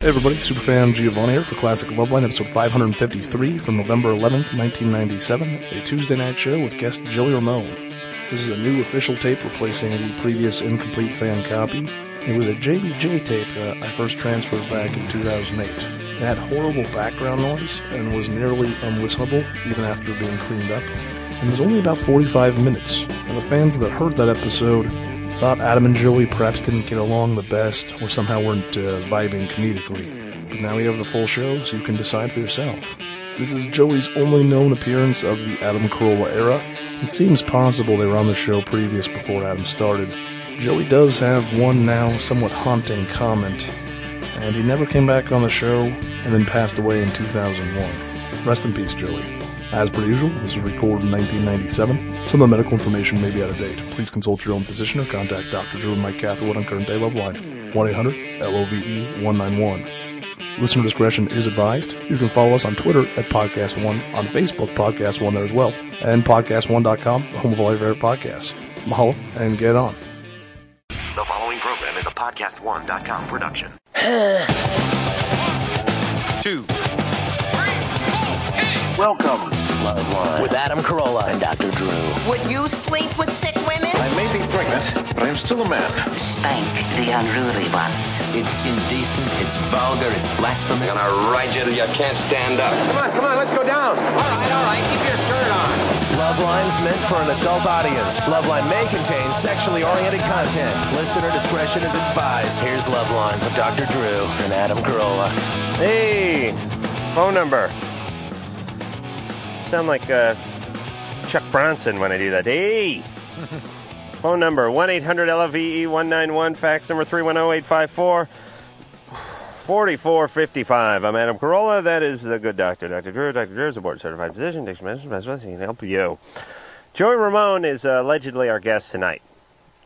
Hey everybody, Superfan Giovanni here for Classic Loveline, episode 553 from November 11th, 1997, a Tuesday night show with guest Joey Ramone. This is a new official tape replacing the previous incomplete fan copy. It was a JBJ tape that I first transferred back in 2008. It had horrible background noise and was nearly unlistenable even after being cleaned up. And was only about 45 minutes, and the fans that heard that episode thought Adam and Joey perhaps didn't get along the best or somehow weren't uh, vibing comedically. But now we have the full show, so you can decide for yourself. This is Joey's only known appearance of the Adam Carolla era. It seems possible they were on the show previous before Adam started. Joey does have one now somewhat haunting comment, and he never came back on the show and then passed away in 2001. Rest in peace, Joey. As per usual, this was recorded in 1997. Some of the medical information may be out of date. Please consult your own physician or contact Dr. Drew and Mike Catherwood on current day love line 1 800 LOVE 191. Listener discretion is advised. You can follow us on Twitter at Podcast One, on Facebook, Podcast One there as well, and PodcastOne.com, the home of all your favorite podcasts. Mahalo and get on. The following program is a podcast1.com production. two. Welcome to Live Line. with Adam Carolla and Dr. Drew. Would you sleep with sick women? I may be pregnant, but I'm still a man. Spank the unruly ones. It's indecent, it's vulgar, it's blasphemous. ride you till you can't stand up. Come on, come on, let's go down. Loveline's meant for an adult audience. Loveline may contain sexually oriented content. Listener discretion is advised. Here's Loveline with Dr. Drew and Adam Carolla. Hey, phone number. Sound like uh, Chuck Bronson when I do that. Hey, phone number 1 800 LVE 191, fax number 310 854 4455. I'm Adam Carolla. That is the good doctor, Dr. Drew. Dr. Drew is a board certified physician, addiction medicine specialist. He can help you. Joey Ramone is uh, allegedly our guest tonight,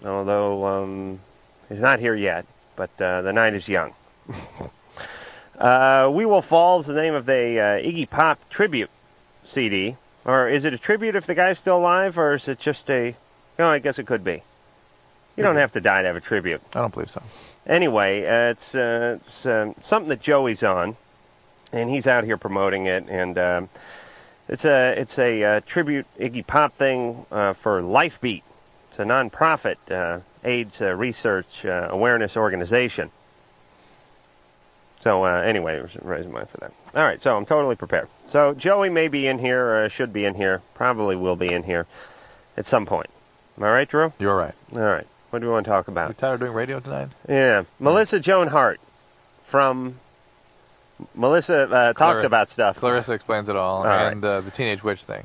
although um, he's not here yet, but uh, the night is young. Uh, we Will Fall is the name of the uh, Iggy Pop tribute CD. Or is it a tribute if the guy's still alive, or is it just a. No, I guess it could be. You don't have to die to have a tribute. I don't believe so. Anyway, uh, it's, uh, it's um, something that Joey's on, and he's out here promoting it, and um, it's a it's a uh, tribute Iggy Pop thing uh, for Lifebeat. It's a nonprofit uh, AIDS uh, research uh, awareness organization. So uh, anyway, I was raising mine for that. All right, so I'm totally prepared. So Joey may be in here, uh, should be in here, probably will be in here at some point. Am I right, Drew? All You're right. right. What do we want to talk about? You tired of doing radio tonight? Yeah, Melissa Joan Hart from Melissa uh, talks Clarissa- about stuff. Clarissa explains it all, right. and uh, the teenage witch thing.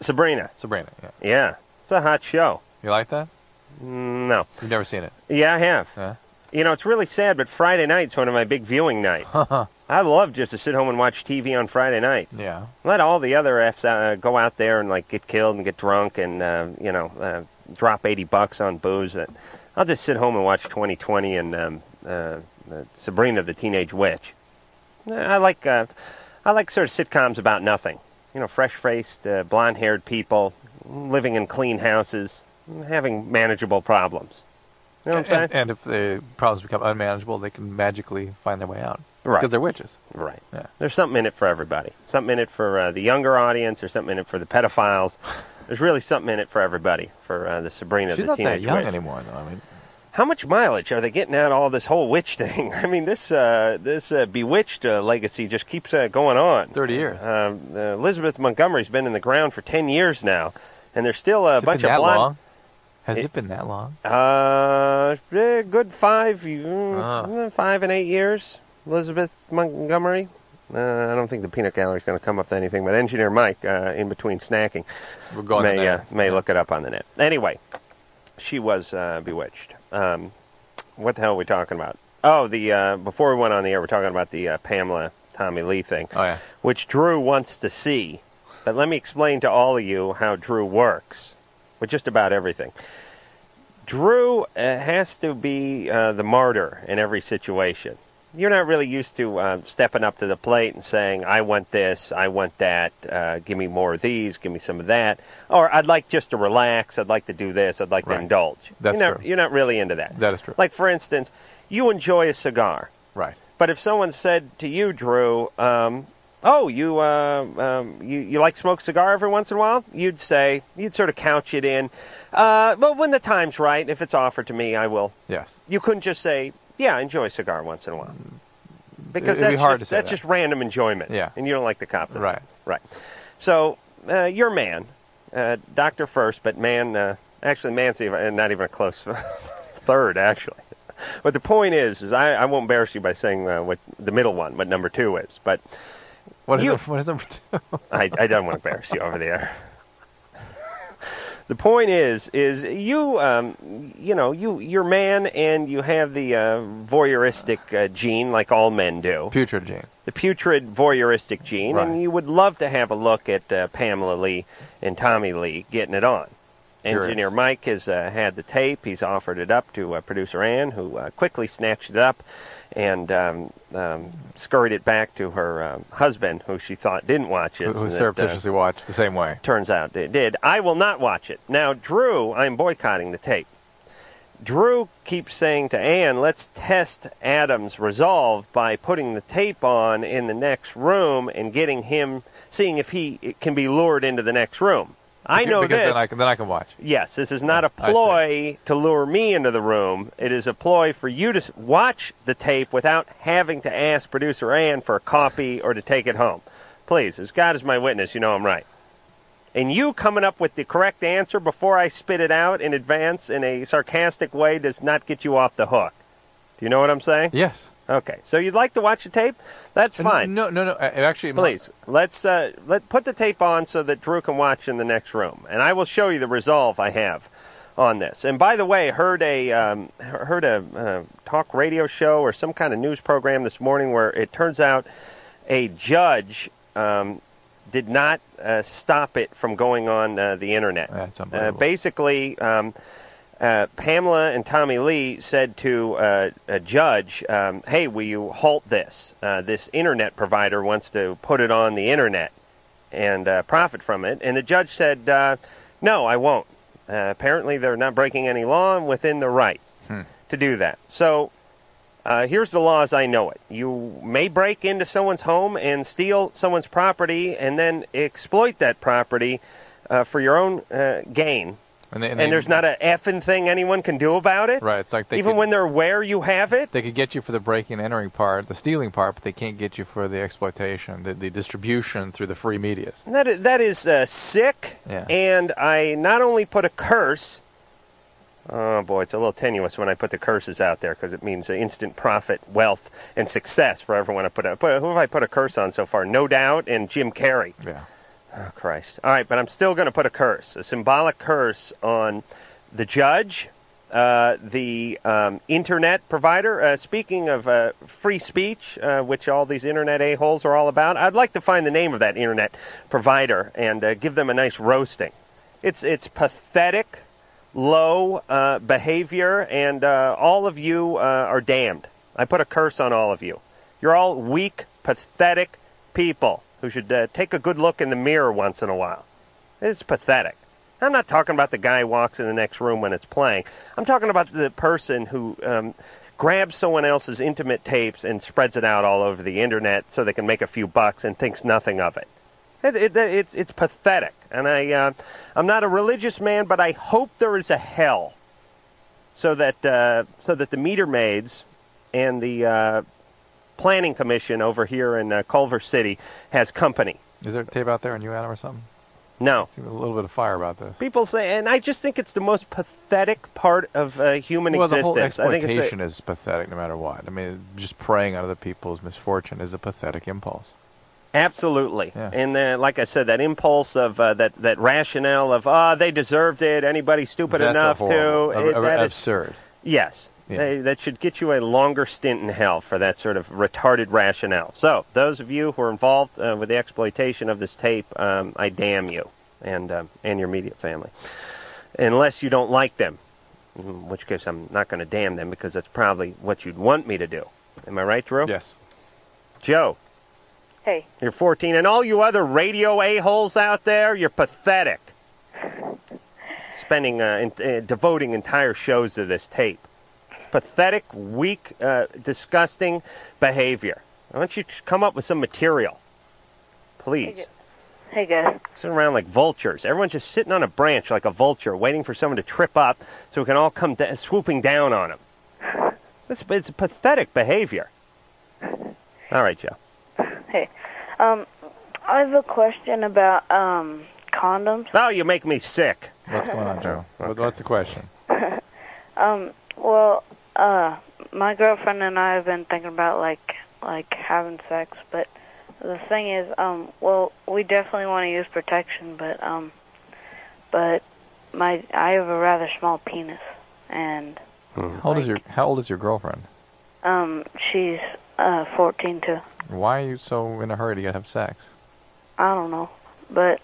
Sabrina. Sabrina. Yeah. Yeah, it's a hot show. You like that? Mm, No, You've never seen it. yeah, I have. Huh? You know, it's really sad, but Friday night's one of my big viewing nights. I love just to sit home and watch TV on Friday nights. Yeah. Let all the other f's uh, go out there and like get killed and get drunk and uh, you know uh, drop eighty bucks on booze. Uh, I'll just sit home and watch 2020 and um, uh, uh, Sabrina the Teenage Witch. Uh, I like uh, I like sort of sitcoms about nothing. You know, fresh-faced, uh, blonde-haired people living in clean houses, having manageable problems. You know what I'm saying? and, and if the problems become unmanageable, they can magically find their way out. Right. Because they're witches. Right. Yeah. There's something in it for everybody. Something in it for uh, the younger audience, or something in it for the pedophiles. There's really something in it for everybody. For uh, the Sabrina, She's the not that teenage young witch. anymore, though. I mean, How much mileage are they getting out of all this whole witch thing? I mean, this uh, this uh, Bewitched uh, legacy just keeps uh, going on. 30 years. Um, uh, Elizabeth Montgomery's been in the ground for 10 years now, and there's still a Has it bunch been of that blonde. long? Has It- it, been that long? Uh, eh, good five, mm, Ah. mm, five and eight years. Elizabeth Montgomery. Uh, I don't think the peanut gallery's going to come up with anything, but engineer Mike, uh, in between snacking, We're going may there. Uh, may look it up on the net. Anyway, she was uh, bewitched. Um, what the hell are we talking about? Oh, the uh, before we went on the air, we're talking about the uh, Pamela Tommy Lee thing, Oh yeah. which Drew wants to see. But let me explain to all of you how Drew works with just about everything. Drew uh, has to be uh, the martyr in every situation. You're not really used to uh, stepping up to the plate and saying, I want this, I want that, uh, give me more of these, give me some of that. Or I'd like just to relax, I'd like to do this, I'd like to Right. indulge. That's you're, not, true. you're not really into that. That is true. Like, for instance, you enjoy a cigar. Right. But if someone said to you, Drew, um, "Oh, you, uh, um, you you like smoke cigar every once in a while," you'd say you'd sort of couch it in. Uh, but when the time's right, if it's offered to me, I will. Yes. You couldn't just say, "Yeah, I enjoy a cigar once in a while," because Mm. It'd be that's hard just, to say that's that. just random enjoyment. Yeah. And you don't like the cop. that. Right. Right. So uh, your man, uh, doctor first, but man, uh, actually, man's even, uh, not even a close third, actually. But the point is, is I, I won't embarrass you by saying uh, what the middle one, what number two is. But What is, You- number- what is number two? I, I don't want to embarrass you over there. The point is, is you, um, you know, you you're man, and you have the uh, voyeuristic uh, gene, like all men do Putrid Jane. the putrid voyeuristic gene, Right. and you would love to have a look at uh, Pamela Lee and Tommy Lee getting it on. Sure Engineer is. Mike has uh, had the tape. He's offered it up to uh, producer Ann, who uh, quickly snatched it up and um, um, scurried it back to her um, husband, who she thought didn't watch it. Who, so who that, uh, surreptitiously watched the same way. Turns out they did. I will not watch it. Now, Drew, I'm boycotting the tape. Drew keeps saying to Anne, let's test Adam's resolve by putting the tape on in the next room and getting him, seeing if he can be lured into the next room. I know because this. Then I, can, then I can watch. Yes, this is not a Oh, I see. ploy to lure me into the room. It is a ploy for you to s- watch the tape without having to ask producer Ann for a copy or to take it home. Please, as God is my witness, you know I'm right. And you coming up with the correct answer before I spit it out in advance in a sarcastic way does not get you off the hook. Do you know what I'm saying? Yes. Okay. So you'd like to watch the tape? That's fine. No, no, no. uh, Actually, my- Please let's uh, let put the tape on so that Drew can watch in the next room, and I will show you the resolve I have on this. And by the way, heard a um, he- heard a uh, talk radio show or some kind of news program this morning where it turns out a judge um, did not uh, stop it from going on uh, the internet. That's uh, unbelievable. basically. Um, uh, Pamela and Tommy Lee said to uh, a judge, um, "Hey, will you halt this? Uh, this internet provider wants to put it on the internet and uh, profit from it." And the judge said, uh, "No, I won't. Uh, apparently, they're not breaking any law and within the right to do that." So. Uh, here's the law as I know it. You may break into someone's home and steal someone's property and then exploit that property uh, for your own uh, gain And, they, and they- there's not a effing thing anyone can do about it. Right. It's like they Even could, when they're aware you have it. they could get you for the breaking and entering part, the stealing part, but they can't get you for the exploitation, the, the distribution through the free medias. That is, that is uh, sick. Yeah. And I not only put a curse. Oh boy, it's a little tenuous when I put the curses out there because it means instant profit, wealth, and success for everyone I put. A, put who have I put a curse on so far? No doubt, and Jim Carrey. Yeah. Oh, Christ. All right, but I'm still going to put a curse, a symbolic curse on the judge, uh, the um, internet provider. Uh, speaking of uh, free speech, uh, which all these internet a-holes are all about, I'd like to find the name of that internet provider and uh, give them a nice roasting. It's, it's pathetic, low uh, behavior, and uh, all of you uh, are damned. I put a curse on all of you. You're all weak, pathetic people who should uh, take a good look in the mirror once in a while. It's pathetic. I'm not talking about the guy who walks in the next room when it's playing. I'm talking about the person who um, grabs someone else's intimate tapes and spreads it out all over the internet so they can make a few bucks and thinks nothing of it. It, it, it's it's pathetic, and I uh, I'm not a religious man, but I hope there is a hell, so that uh, so that the meter maids and the uh, planning commission over here in uh, Culver City has company. Is there tape out there on you, Adam, or something? No, Seems a little bit of fire about this. people say, and I just think it's the most pathetic part of uh, human well, the whole existence. I think it's exploitation a, is pathetic, no matter what. I mean, just preying on other people's misfortune is a pathetic impulse. absolutely, Yeah. and uh, like I said, that impulse of uh, that that rationale of ah, they deserved it. Anybody stupid That's a enough horrible- to a- it- a- that is absurd. Yes. Yeah. They, that should get you a longer stint in hell for that sort of retarded rationale. So, those of you who are involved uh, with the exploitation of this tape, um, I damn you and um, and your immediate family. Unless you don't like them, in which case I'm not going to damn them because that's probably what you'd want me to do. Am I right, Drew? Yes. Joe, Hey, you're 14, and all you other radio a-holes out there, you're pathetic. Spending, uh, in, uh, devoting entire shows to this tape. It's pathetic, weak, uh, disgusting behavior. Why don't you come up with some material, please? Hey guys. Sit around like vultures. Everyone's just sitting on a branch like a vulture, waiting for someone to trip up so we can all come da- swooping down on them. This it's pathetic behavior. All right, Joe. Hey. Um, I have a question about um condoms. Oh, you make me sick. What's going on, Joe? What, what's the question? Um, well, uh, my girlfriend and I have been thinking about like like having sex, but the thing is, um, well, we definitely want to use protection, but um, but my I have a rather small penis, and How old is your How old is your girlfriend? um, she's uh 14 too. Why are you so in a hurry to get have sex? I don't know, but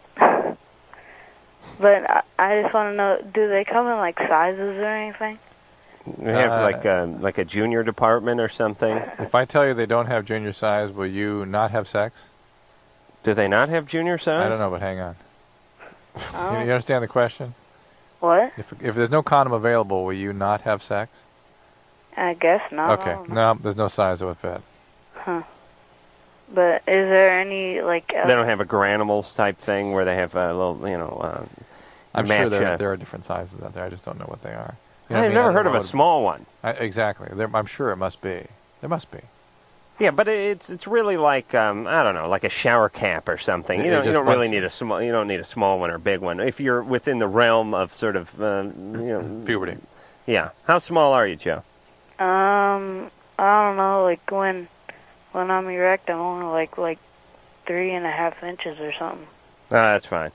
but I, I just want to know: do they come in like sizes or anything? We have Uh, like a like a junior department or something. If I tell you they don't have junior size, will you not have sex? Do they not have junior size? I don't know, but hang on. You, Oh. you understand the question? What? If if there's no condom available, will you not have sex? I guess not. I okay. don't know. No, there's no size that would fit. But is there any like? Uh, They don't have a Granimals type thing where they have a little, you know. Uh, I'm match, sure there, uh, there are different sizes out there. I just don't know what they are. You know what I I've mean? I never don't heard know of a what- small one. I, exactly. There, I'm sure it must be. There must be. Yeah, but it- it's it's really like um, I don't know, like a shower cap or something. It- You it don't you just don't really lets- need a small you don't need a small one or a big one if you're within the realm of sort of uh, you know Puberty. Yeah, how small are you, Joe? um, I don't know. Like when when I'm erect, I'm only like like three and a half inches or something. Uh, that's fine.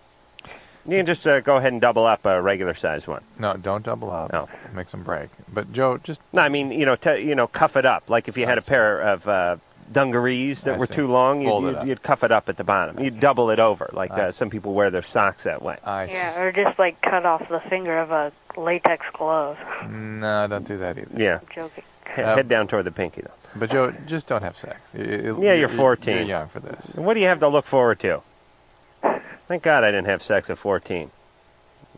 You can just uh, go ahead and double up a regular size one. No, don't double up. No. Make some break. But Joe, just No, I mean you know t- you know cuff it up like if you had a pair of uh, dungarees that I were see. too long, you'd, Fold it you'd, up. you'd cuff it up at the bottom. You'd double it over like I uh, see. some people wear their socks that way. I Yeah, or just like cut off the finger of a latex glove. no, don't do that either. Yeah, I'm joking. He- Um, head down toward the pinky though. But Joe, just don't have sex. You- you- Yeah, you're 14. You're young for this. What do you have to look forward to? Thank God I didn't have sex at 14.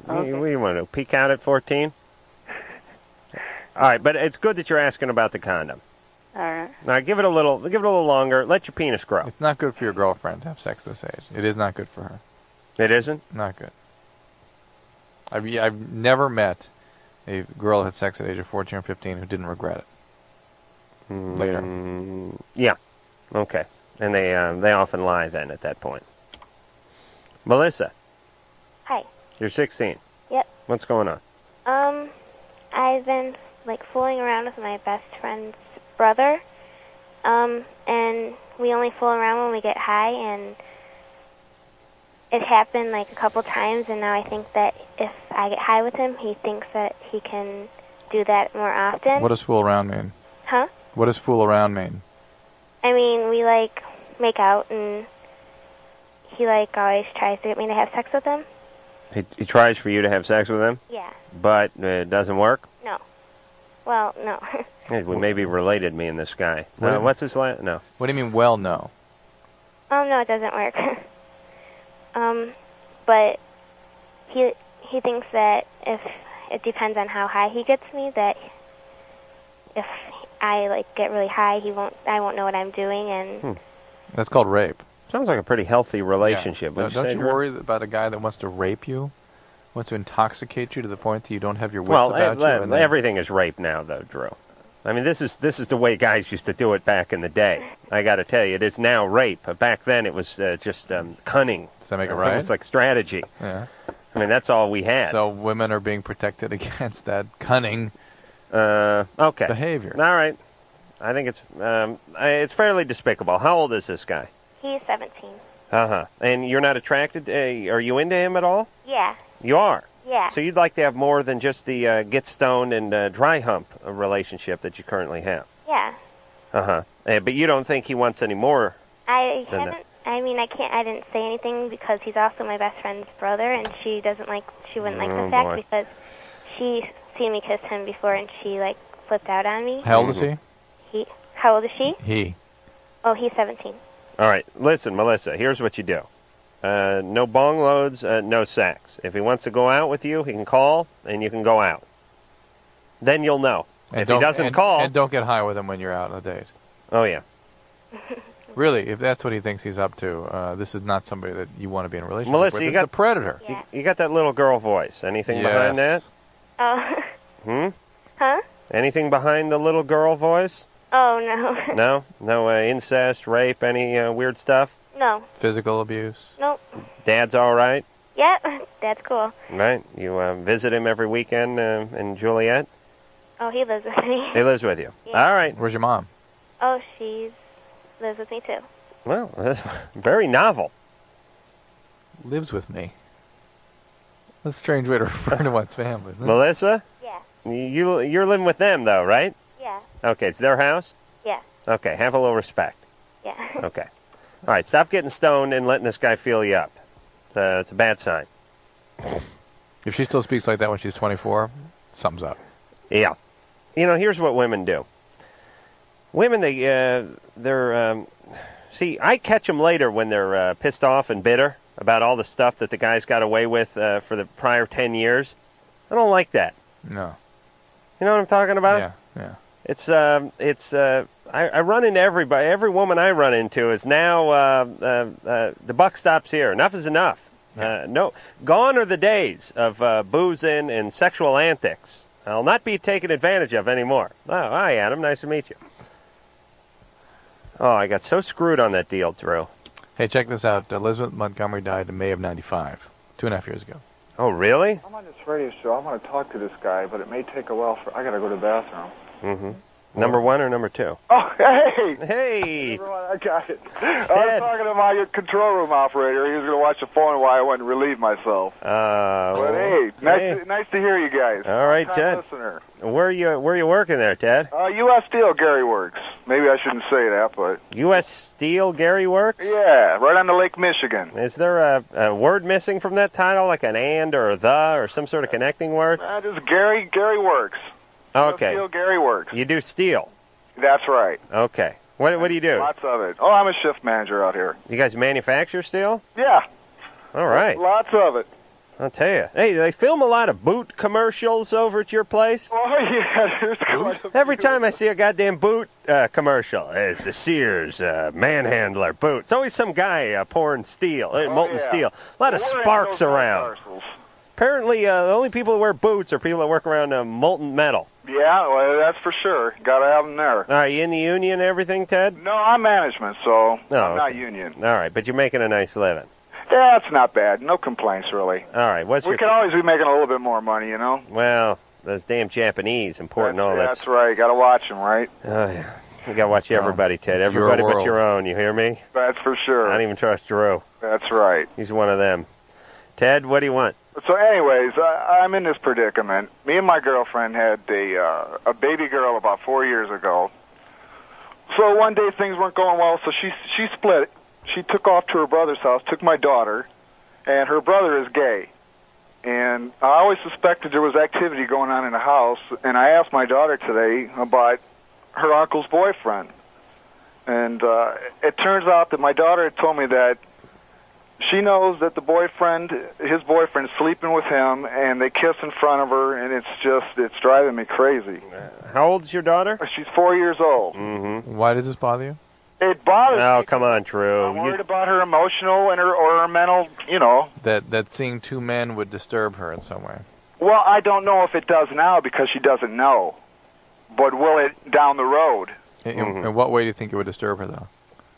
What do you- What do you want to do? Peek out at 14? All right, but it's good that you're asking about the condom. All right. Now give it a little, give it a little longer. Let your penis grow. It's not good for your girlfriend to have sex this age. It is not good for her. It isn't. Not good. I've I've never met a girl who had sex at age of 14 or 15 who didn't regret it. Hmm. Later. Mm, yeah. Okay. And they uh, they often lie then at that point. Melissa, Hi. you're 16. Yep. What's going on? Um, I've been like fooling around with my best friend's brother. Um, and we only fool around when we get high, and it happened like a couple times. And now I think that if I get high with him, he thinks that he can do that more often. What does fool around mean? huh? What does fool around mean? I mean, we like make out, and he like always tries to get me to have sex with him. He, he tries for you to have sex with him, Yeah. but uh, it doesn't work. No. Well, no. Yeah, we may be related, me and this guy. What No, if- what's his last? No. What do you mean? Well, no. Um, no, it doesn't work. um, but he he thinks that if it depends on how high he gets me, that if I like get really high, he won't. I won't know what I'm doing, and Hmm. That's called rape. Hmm. Sounds like a pretty healthy relationship. Yeah. wouldn't Don't say, you Drew? worry about a guy that wants to rape you, wants to intoxicate you to the point that you don't have your wits Well, about eh, you? eh, and then- everything is rape now, though, Drew. I mean, this is this is the way guys used to do it back in the day. I got to tell you, it is now rape. But back then, it was uh, just um, cunning. Does that make it Uh, right? It's like strategy. yeah. I mean, that's all we had. So women are being protected against that cunning uh, okay. behavior. All right. I think it's um, I, it's fairly despicable. How old is this guy? he's 17. Uh huh. And you're not attracted? Uh, are you into him at all? Yeah, You are. yeah, So you'd like to have more than just the uh, get stoned and uh, dry hump uh, relationship that you currently have. yeah. Uh-huh. Uh, but you don't think he wants any more. I Then that- haven't. I mean, I can't. I didn't say anything because he's also my best friend's brother, and she doesn't like. She wouldn't like Oh, the fact boy. because she seen me kiss him before, and she like flipped out on me. How old is he? He, how old is she? Mm-hmm. He. Oh, he's 17. All right, listen, Melissa, here's what you do. Uh, no bong loads, uh, no sex. If he wants to go out with you, he can call and you can go out. Then you'll know. And If he don't- doesn't and- call- and don't get high with him when you're out on a date. Oh yeah. Really, if that's what he thinks he's up to, uh, this this is not somebody that you want to be in a relationship Melissa, with. you It's got a predator. You, you got that little girl voice. Anything behind that? Oh, Hmm. huh? Anything behind the little girl voice? Oh no. No. No uh, incest, rape, any uh, weird stuff. no. Physical abuse. Nope. Dad's all right, Yep. That's cool. right? You uh, visit him every weekend uh, in Juliet. Oh, he lives with me. He lives with you. All right. Where's your mom? Oh, she's lives with me too. Well, that's very novel. Lives with me. That's a strange way to refer to one's family, isn't it? Melissa. Yeah. You you're living with them though, right? Yeah. Okay, it's their house. Yeah. Okay, have a little respect. Yeah. Okay. All right, stop getting stoned and letting this guy feel you up. It's a, it's a bad sign. If she still speaks like that when she's 24, sums up. Yeah. You know, here's what women do. Women, they, uh, they're, um, see, I catch them later when they're uh, pissed off and bitter about all the stuff that the guy's got away with uh, for the prior 10 years. I don't like that. No. You know what I'm talking about? Yeah, yeah. It's um, it's uh, I, I run into everybody. Every woman I run into is now uh, uh, uh, the buck stops here. Enough is enough. Uh, no, gone are the days of uh, boozing and sexual antics. I'll not be taken advantage of anymore. Oh, hi Adam, nice to meet you. Oh, I got so screwed on that deal, Drew. Hey, check this out. Elizabeth Montgomery died in May of 95, two and a half years ago. Oh, really? I'm on this radio show. I want to talk to this guy, but it may take a while for. I gotta go to the bathroom. hmm Number one or number two? Oh, hey! Hey! Everyone, I got it. I was talking to my control room operator. He was gonna watch the phone while I went and relieved myself. Uh, But hey, nice, To, nice to hear you guys. All right, Long-time Ted. Listener. Where are you? Where are you working there, Ted? Uh, U.S. Steel, Gary Works. Maybe I shouldn't say that, but U.S. Steel, Gary Works. yeah, right on the Lake Michigan. Is there a, a word missing from that title, like an and or a the or some sort of connecting word? That Uh, is Gary. Gary Works. Okay. Steel, Gary Works. You do steel. That's right. Okay. What, what do you do? Lots of it. Oh, I'm a shift manager out here. You guys manufacture steel? Yeah. All right. Lots of it. I'll tell you. Hey, do they film a lot of boot commercials over at your place? Oh, yeah. There's quite a Every time I see a goddamn boot uh, commercial, it's a Sears uh, manhandler boot. It's always some guy uh, pouring steel, uh, molten Oh, yeah. steel. A lot of We're in sparks those around. commercials. Apparently, uh, the only people who wear boots are people that work around uh, molten metal. Yeah, well, that's for sure. Got to have them there. All right, you in the union and everything, Ted? No, I'm management, so No, I'm not okay. union. All right, but you're making a nice living. Yeah, it's not bad. No complaints, really. All right, what's we your can always be making a little bit more money, you know. well? Those damn Japanese importing all that. that's right. Got to watch them, right? Oh, yeah. You gotta watch Well, everybody, Ted. it's your Everybody but world. your own. You hear me? That's for sure. I don't even trust Drew. That's right. He's one of them. Ted, what do you want? So, anyways, I, I'm in this predicament. Me and my girlfriend had a uh, a baby girl about four years ago. So one day things weren't going well, so she she split. She took off to her brother's house, took my daughter, and her brother is gay. And I always suspected there was activity going on in the house, and I asked my daughter today about her uncle's boyfriend. And uh, it turns out that my daughter had told me that she knows that the boyfriend, his boyfriend's sleeping with him, and they kiss in front of her, and it's just, it's driving me crazy. How old's your daughter? She's four years old. Mm-hmm. Why does this bother you? It bothers Oh, come on, Drew. me. I'm You- worried about her emotional and her, or her mental, you know. That that seeing two men would disturb her in some way. Well, I don't know if it does now because she doesn't know. But will it down the road? In, in- Mm-hmm. in what way do you think it would disturb her, though?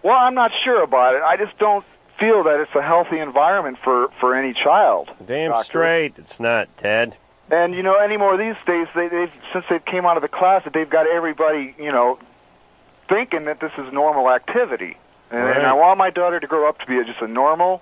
Well, I'm not sure about it. I just don't feel that it's a healthy environment for, for any child. damn Doctor. straight. It's not, Ted. And you know, anymore these days, they, they've since they came out of the closet, they've got everybody, you know, thinking that this is normal activity. And, and I Right. want my daughter to grow up to be just a normal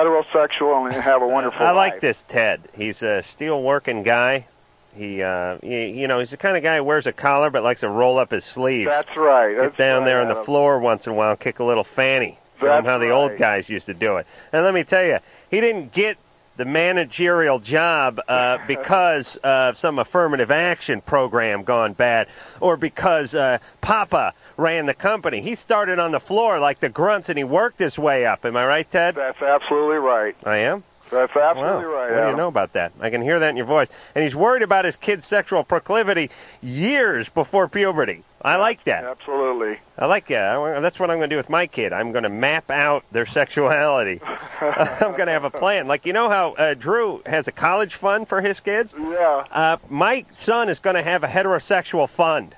heterosexual and have a wonderful. I like life. this Ted. He's a steel working guy. He, uh, he, you know, he's the kind of guy who wears a collar but likes to roll up his sleeves. That's right. Get That's down right, there on the Adam. floor once in a while, kick a little fanny. Show him That's how the old guys used to do it. And let me tell you, he didn't get the managerial job uh, because of some affirmative action program gone bad or because uh, Papa ran the company. He started on the floor like the grunts and he worked his way up. Am I right, Ted? That's absolutely right. I am? That's absolutely Wow. right. What do you Adam. know about that? I can hear that in your voice. And he's worried about his kid's sexual proclivity years before puberty. I like that. Absolutely. I like that. I wa- That's what I'm going to do with my kid. I'm going to map out their sexuality. I'm going to have a plan. Like you know how uh, Drew has a college fund for his kids. Yeah. Uh, my son is going to have a heterosexual fund.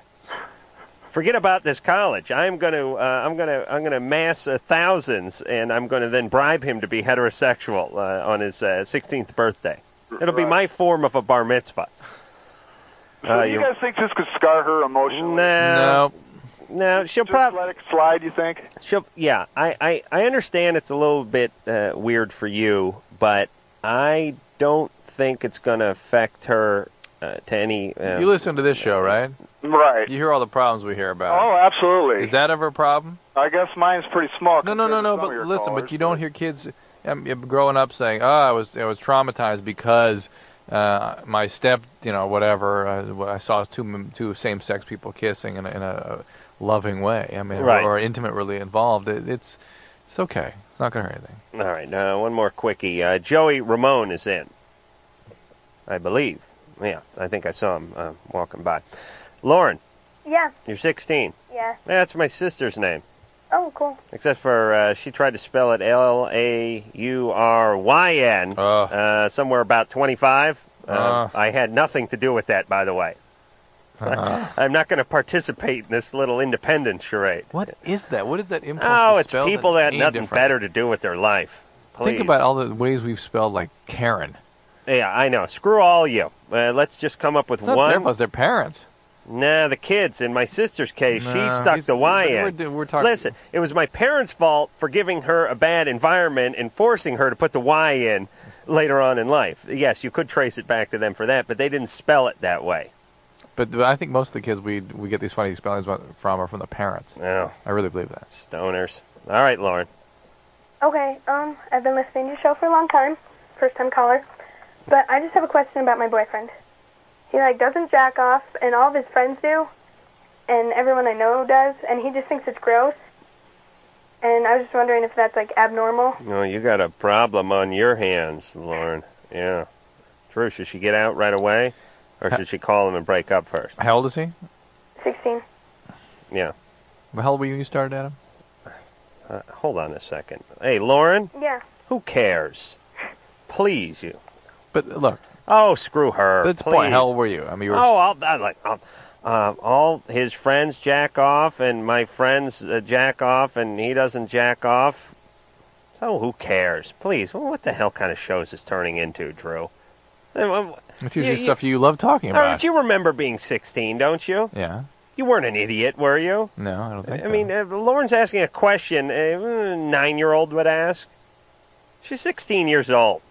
Forget about this college. I'm going to uh, I'm going to I'm going to mass uh, thousands, and I'm going to then bribe him to be heterosexual uh, on his uh, 16th birthday. It'll be my form of a bar mitzvah. So you guys think this could scar her emotionally? uh, No. No, she'll probably let it slide. You think? She'll, yeah, I, I, I understand it's a little bit uh, weird for you, but I don't think it's going to affect her uh, to any. Uh, You listen to this show, right? Right. You hear all the problems we hear about. Oh, absolutely. Is that ever a problem? I guess mine's pretty small. No, no, no, no. But listen, but you don't hear kids um, growing up saying, "Oh, I was I was traumatized because uh, my step, you know, whatever. Uh, I saw two m- two same sex people kissing in a, in a loving way. I mean, Right. or intimately involved. It, it's it's okay. It's not gonna hurt anything. All right, uh, one more quickie. Uh, Joey Ramone is in, I believe. Yeah, I think I saw him uh, walking by. Lauren, Yeah. you're 16. Yeah. That's my sister's name, Oh, cool. except for uh, she tried to spell it L A U R Y N uh, somewhere about 25. Uh, Uh. I had nothing to do with that, by the way. I'm not going to participate in this little independent charade. What is that? What is that impulse? Oh, to it's spell people that that name had nothing different? better to do with their life. Please. Think about all the ways we've spelled like Karen. Yeah, I know. Screw all you. Uh, let's just come up with It's not one. their fault. It's their parents. Nah, the kids. In my sister's case, she Nah, stuck he's- the Y in. we're do- we're talking- Listen, it was my parents' fault for giving her a bad environment and forcing her to put the Y in later on in life. Yes, you could trace it back to them for that, but they didn't spell it that way. But I think most of the kids we we get these funny spellings from are from the parents. Yeah. I really believe that. Stoners. All right, Lauren. Okay, um, I've been listening to your show for a long time. First time caller. But I just have a question about my boyfriend. He, like, doesn't jack off, and all of his friends do, and everyone I know does, and he just thinks it's gross. And I was just wondering if that's, like, abnormal. No, you got a problem on your hands, Lauren. Yeah. Drew, should she get out right away, or should she call him and break up first? How old is he? 16. Yeah. How old were you when you started, Adam? Uh, hold on a second. Hey, Lauren. Yeah. Who cares? Please, you. But look. Oh, screw her. That's the please. point. How old were you? I mean, you were Oh, I'll, I like. I'll, uh, all his friends jack off, and my friends uh, jack off, and he doesn't jack off. So who cares? Please, well, what the hell kind of show is this turning into, Drew? um, It's It's usually stuff you love talking Oh, about. you remember being 16, don't you? yeah. You weren't an idiot, were you? No, I don't think. I mean, uh, Lauren's asking a question a uh, nine-year-old would ask. She's 16 years old.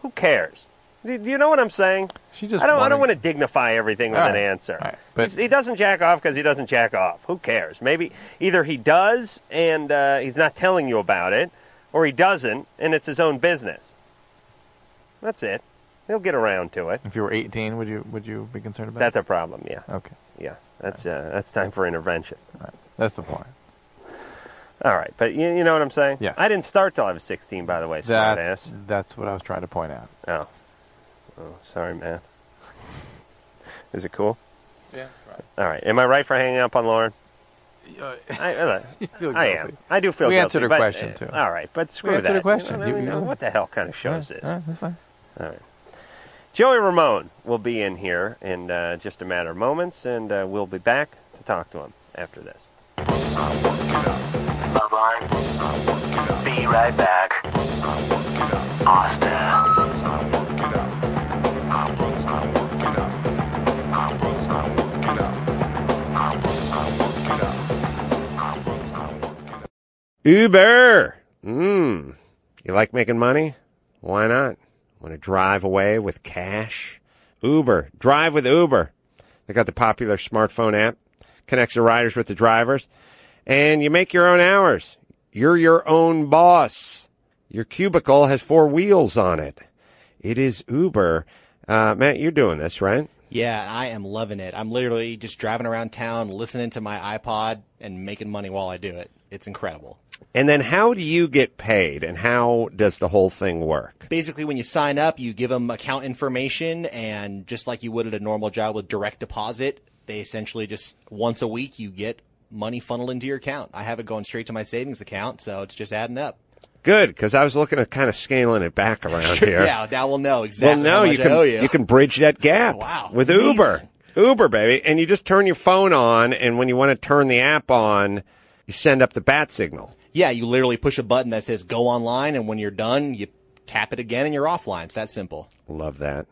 Who cares? Do, do you know what I'm saying? She just I don't. I don't want wanted- to dignify everything with All an right, answer. all right, but- He's- he doesn't jack off because he doesn't jack off. Who cares? Maybe either he does and uh, he's not telling you about it, or he doesn't and it's his own business. That's it. He'll get around to it. If you were 18, would you would you be concerned about? That's it? a problem. Yeah. Okay. Yeah. That's uh, that's time for intervention. That's the point. All right, but you, you know what I'm saying? Yes. I didn't start till I was 16, by the way, smartass. That's that's what I was trying to point out. Oh. Oh, sorry, man. Is it cool? Yeah. All right. Am I right for hanging up on Lauren? Right. I, I- look, feel I guilty. am. I do feel We guilty. answered her but, question, uh, too. all right, but screw answered that. her question. I mean, You- you- what the hell kind of show is this? All right, that's fine. All right. Joey Ramone will be in here in uh, just a matter of moments, and uh, we'll be back to talk to him after this. Be right back. Austin. Uber. Mmm. You like making money? Why not? Want to drive away with cash? Uber. Drive with Uber. They got the popular smartphone app. Connects the riders with the drivers. And you make your own hours. You're your own boss. Your cubicle has four wheels on it. It is Uber. Uh, Matt, you're doing this, right? Yeah, and I am loving it. I'm literally just driving around town, listening to my iPod, and making money while I do it. It's incredible. And then how do you get paid and how does the whole thing work? Basically, when you sign up, you give them account information, and just like you would at a normal job with direct deposit, they essentially just once a week you get money funneled into your account. I have it going straight to my savings account, so it's just adding up. Good, because I was looking at kind of scaling it back around here. Yeah, now we'll know well, exactly no, how much you can I owe you. Oh, can bridge that gap with Uber. Uber, baby, and you just turn your phone on, and when you want to turn the app on, you send up the bat signal. yeah, you literally push a button that says go online, and when you're done, you tap it again and you're offline. It's that simple. Love that.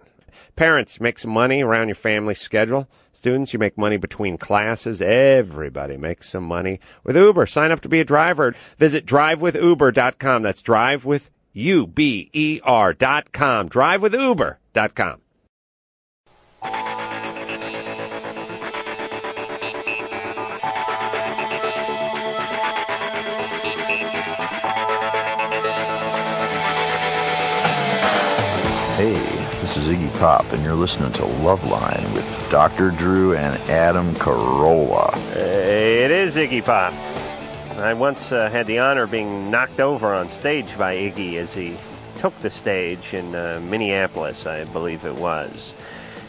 Parents, make some money around your family schedule. Students, you make money between classes. Everybody makes some money with Uber. Sign up to be a driver. Visit drivewithuber.com. That's drive with U B E R dot com. Drivewithuber.com. Hey, this is Iggy Pop, and you're listening to Loveline with Dr. Drew and Adam Carolla. It is Iggy Pop. I once uh, had the honor of being knocked over on stage by Iggy as he took the stage in uh, Minneapolis, I believe it was.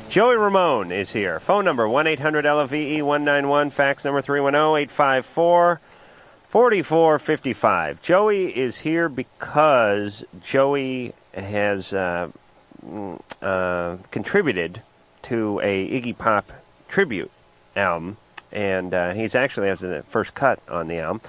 Joey Ramone is here. Phone number 1 800 LVE 191, fax number 310 854 4455. Joey is here because Joey has uh, mm, uh, contributed to a Iggy Pop tribute album, and uh, he's actually has the first cut on the album.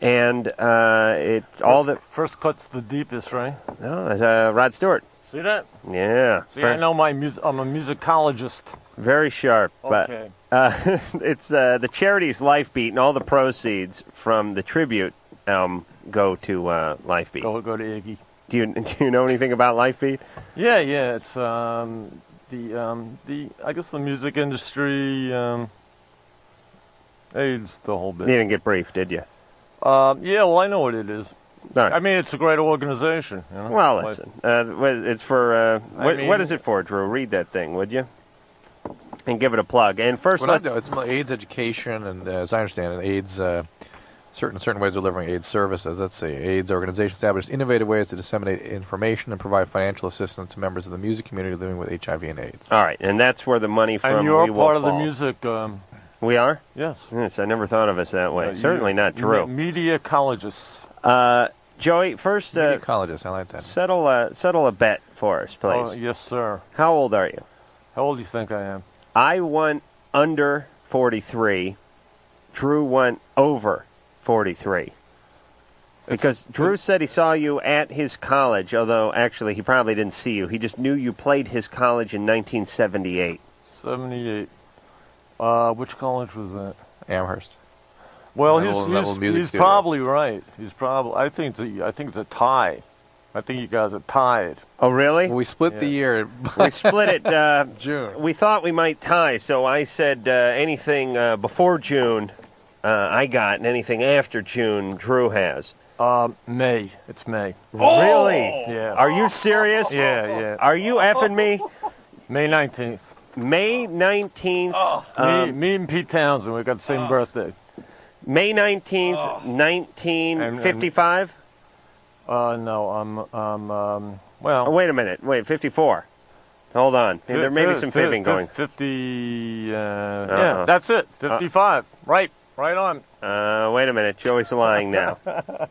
And uh, it all the First- first cut's the deepest, right? no, it's, uh, Rod Stewart. See that? Yeah. See, Fir- I know my music. I'm a musicologist. Very sharp, but Okay. uh, it's uh, the charity's Lifebeat, and all the proceeds from the tribute um, go to uh, Lifebeat. Go, go to Iggy. Do you do you know anything about Lifebeat? Yeah, yeah. It's um, the um, the I guess the music industry. Um, AIDS the whole You bit. didn't get briefed, did you? Um, yeah, well, I know what it is. Right. I mean, it's a great organization. You know? Well, Like- listen, uh, what- it's for uh, what, I what mean- is it for, Drew? Read that thing, would you? And give it a plug. And first, Well, I let's know, it's mo- AIDS education, and uh, as I understand it, AIDS uh, certain certain ways of delivering AIDS services. Let's see, AIDS organizations established innovative ways to disseminate information and provide financial assistance to members of the music community living with HIV and AIDS. all right, and that's where the money from. and you're We Will part of the Fall- music. Um, We are. Yes. Yes, I never thought of us that way. uh, you- Certainly not you Drew. me- Mediacologists. Uh, Joey, first. Uh, Mediacologist, I like that. Settle a settle a bet for us, please. Oh, yes, sir. How old are you? How old do you think I am? I went under 43. Drew went over 43. Because Drew said he saw you at his college, although actually he probably didn't see you. He just knew you played his college in 1978. 78. Uh, which college was that? Amherst. Well, That he's old- that he's, old music he's studio. probably right. He's probably. I think it's a, I think it's a tie. I think you guys are tied. Oh, really? we split the year. We split it. Uh, June. We thought we might tie, so I said uh, anything uh, before June uh, I got, and anything after June Drew has. Um, May. It's May. Really? Oh! Yeah. Are you serious? Yeah, yeah. Are you effing me? May 19th. May 19th. me, um, me and Pete Townsend, we got the Ah. same birthday. May 19th, 1955? Uh, no, I'm, I'm, um, well. Oh, wait a minute. Wait, 54. Hold on. Fi- there may be fi- some fi- fibbing fi- going. Uh-huh. 50, uh, Uh-uh. yeah, that's it. 55. right, right on. Uh, wait a minute. Joey's lying now.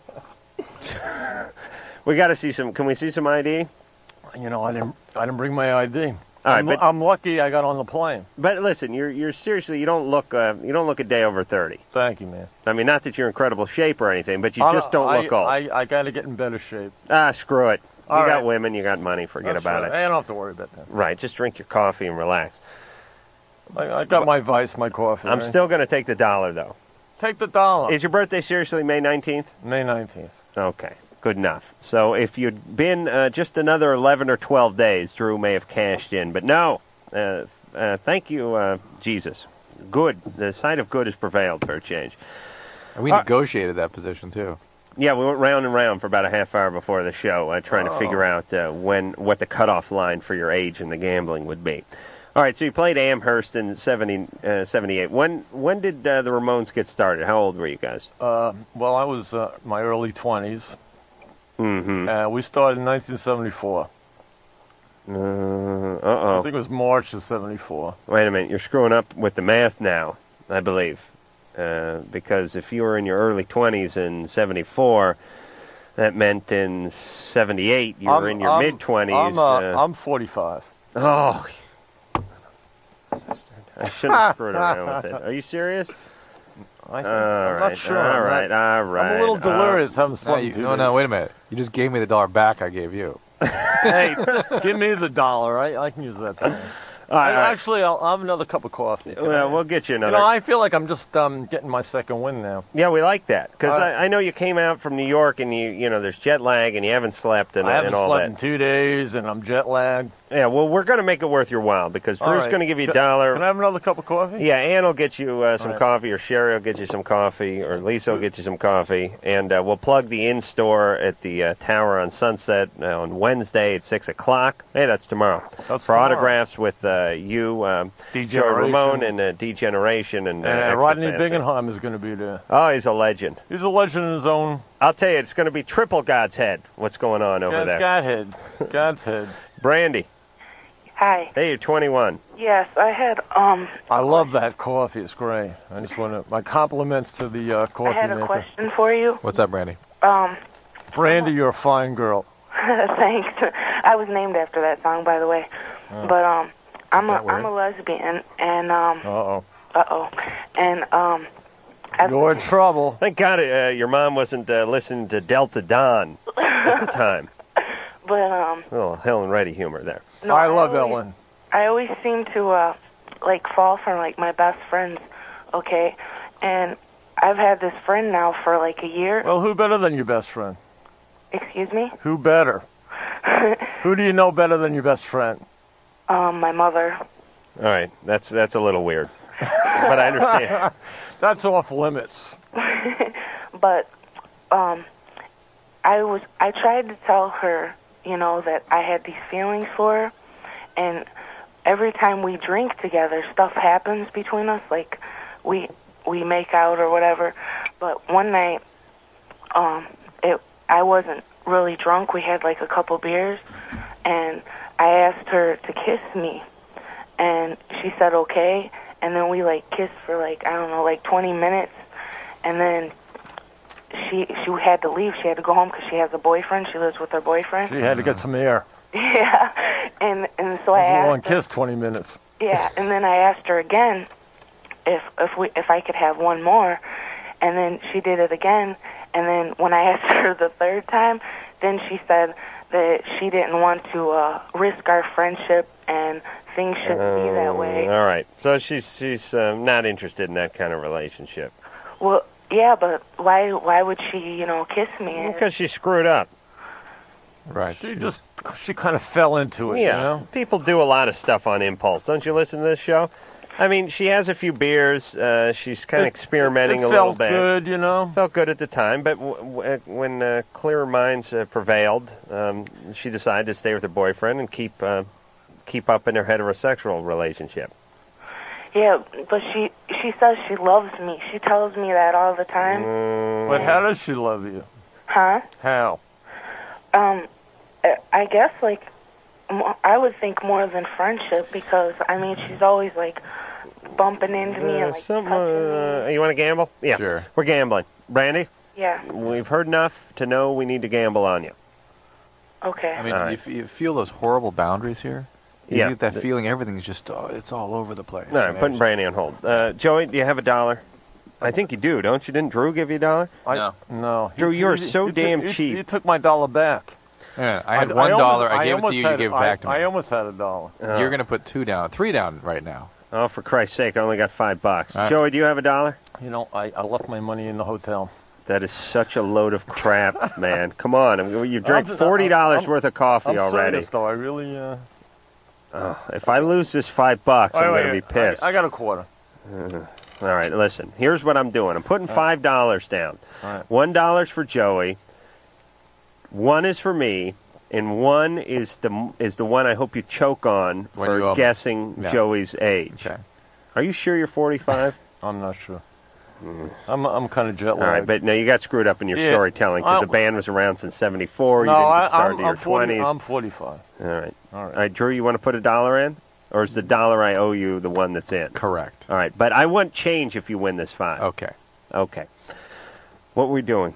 we got to see some. Can we see some ID? You know, I didn't, I didn't bring my ID. All right, I'm, but- I'm lucky I got on the plane. But listen, you're you're seriously you don't look uh, you don't look a day over thirty. Thank you, man. I mean, not that you're in incredible shape or anything, but you I- just don't I, look old. I, I got to get in better shape. ah, screw it. All you right. got women, you got money. Forget That's about right. it. I don't have to worry about that. Right, just drink your coffee and relax. I, I got my vice, my coffee. I'm right? still going to take the dollar though. Take the dollar. Is your birthday seriously May 19th? May 19th. Okay, good enough. So if you'd been uh, just another 11 or 12 days, Drew may have cashed in. But no, uh, uh, thank you, uh, Jesus. Good. The side of good has prevailed for a change. And we Uh, negotiated that position too. Yeah, we went round and round for about a half hour before the show, uh, trying to Oh. figure out uh, when what the cutoff line for your age in the gambling would be. All right, so you played Amherst in 70, uh, 78. When when did uh, the Ramones get started? How old were you guys? Uh, well, I was uh, my early 20s. Mm-hmm. Uh, we started in 1974. Uh oh. I think it was March of 74. Wait a minute, you're screwing up with the math now, I believe. Uh, because if you were in your early 20s in 74, that meant in 78 you were I'm- in your I'm- mid 20s. I'm, uh, I'm 45. Oh. I shouldn't have screwed around with it. Are you serious? I all I'm not right, sure. All I'm right, not- all I'm a right. uh, little all- delirious. I'm No, some you, dude. no, no, wait a minute. You just gave me the dollar back I gave you. hey, give me the dollar. I, I can use that. Thing. right, all right. Actually, I'll, I'll have another cup of coffee. Can Well, I- we'll get you You another. know, I feel like I'm just um, getting my second win now. Yeah, we like that because Uh, I, I know you came out from New York and you you know there's jet lag and you haven't slept and, I haven't and all slept that. in two days, and I'm jet lagged. Yeah, well, we're going to make it worth your while because All Drew's right. going to give you a Can- dollar. Can I have another cup of coffee? Yeah, Ann will get you uh, some All right. coffee, or Sherry will get you some coffee, or Lisa will get you some coffee, and uh, we'll plug the in store at the uh, Tower on Sunset uh, on Wednesday at six o'clock. Hey, that's tomorrow. That's for tomorrow. autographs with uh, you, um, Joe Generation. Ramone, and uh, D Generation, and, uh, And Extra Rodney Fancy. Bingenheim is going to be there. Oh, he's a legend. He's a legend in his own. I'll tell you, it's going to be triple God's head. What's going on over God's there? Godhead. God's head. Brandy, Hi. hey, you're 21. Yes, I had um I love that coffee. It's great. I just want to. My compliments to the uh, coffee I had a maker. question for you. What's up, Brandy? Um Brandy, you're a fine girl. thanks. I was named after that song by the way. Oh. But um I'm a that am weird? a lesbian and um Uh-oh. uh-oh. And um You're in trouble. Thank God uh, your mom wasn't uh, listening to Delta Don at the time. but um Oh, Helen Reddy humor there. No, I I love always- Ellen. I always seem to uh like fall for like my best friends, okay? And I've had this friend now for like a year. Well, who better than your best friend? Excuse me? Who better? who do you know better than your best friend? Um my mother. All right, that's that's a little weird, but I understand. That's off limits. but um I was I tried to tell her, you know, that I had these feelings for her and every time we drink together stuff happens between us, like we we make out or whatever. But one night um it I wasn't really drunk. We had like a couple beers and I asked her to kiss me and she said okay and then we like kissed for like I don't know, like 20 minutes and then she she had to leave. She had to go home because she has a boyfriend. She lives with her boyfriend. She had to get some air. yeah, and and so I It was a long asked. kiss, 20 minutes. Yeah, and then I asked her again if if we if I could have one more, and then she did it again. And then when I asked her the third time, then she said that she didn't want to uh, risk our friendship and things shouldn't be that way. Uh, All right, so she's she's um, not interested in that kind of relationship Well, yeah, but why why would she you know kiss me? because she screwed up. Right. She just she kind of fell into it, you Yeah, know? people do a lot of stuff on impulse. Don't you listen to this show? I mean, she has a few beers. Uh, she's kind of It- experimenting it a little felt bit. good, you know. Felt good at the time, but w- w- uh, when uh, clearer minds uh, prevailed, um, she decided to stay with her boyfriend and keep uh, keep up in her heterosexual relationship. Yeah, but she she says she loves me. She tells me that all the time. Mm-hmm. Mm. But how does she love you? Huh? How? Um, I- I guess like mo- I would think more than friendship because I mean she's always like bumping into me and Uh, like some, uh, you want to gamble? Yeah, sure. We're gambling, Brandy. yeah We've heard enough to know we need to gamble on you. okay. I mean, you, f- you feel those horrible boundaries here. You Yeah. get that feeling everything's just uh, it's all over the place. No, I I'm mean, putting Brandy on hold. Uh, Joey, do you have a dollar? I think you do, don't you? Didn't Drew give you a dollar? I, no. No. Drew, you are so took- damn you- cheap. You took my dollar back. Yeah, I had I one almost- dollar. I uh, I gave it almost to you. You had- gave it I- back to me. I almost had a dollar. You're gonna put two down, three down right now. Oh, for Christ's sake, I only got five bucks. All right. Joey, do you have a dollar? You know, I, I left my money in the hotel. That is such a load of crap, man. Come on, I mean, you've drank I'm- forty dollars I'm- worth of coffee I'm already. serious, though. I really. Uh, oh, Ugh, if I lose this five bucks, I'm Wait, going to be wait, pissed. I, I got a quarter. Ugh. Uh, All right, listen. Here's what I'm doing. I'm putting All five dollars down. All right. One dollar's for Joey. One is for me. and one is the is the one I hope you choke on When you for open- guessing Yeah. Joey's age. Are you sure you're 45? I'm not sure. I'm I'm kind of jet All right, lagged. but no, you got screwed up in your Yeah. storytelling because I- the band was around since '74. you no, didn't I, get started I'm, in your I'm 40, 20s. I'm 45. All right. All right. All right, Drew, you want to put a dollar in? Or is the dollar I owe you the one that's in? Correct. All right, but I want change if you win this five. Okay. Okay. What were we doing?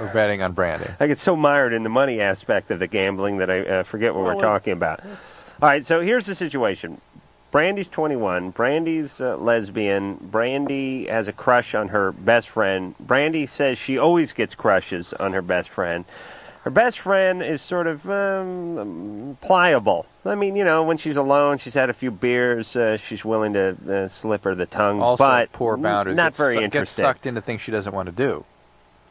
We're betting on Brandy. I get so mired in the money aspect of the gambling that I uh, forget what Well, we're we- talking about. All right, so here's the situation. Brandy's 21. Brandy's uh, lesbian. Brandy has a crush on her best friend. Brandy says she always gets crushes on her best friend. Her best friend is sort of um, um, pliable. I mean, you know, when she's alone, she's had a few beers. Uh, she's willing to uh, slip her the tongue. Also, but poor Bounder Not gets, very su- gets interesting. sucked into things she doesn't want to do.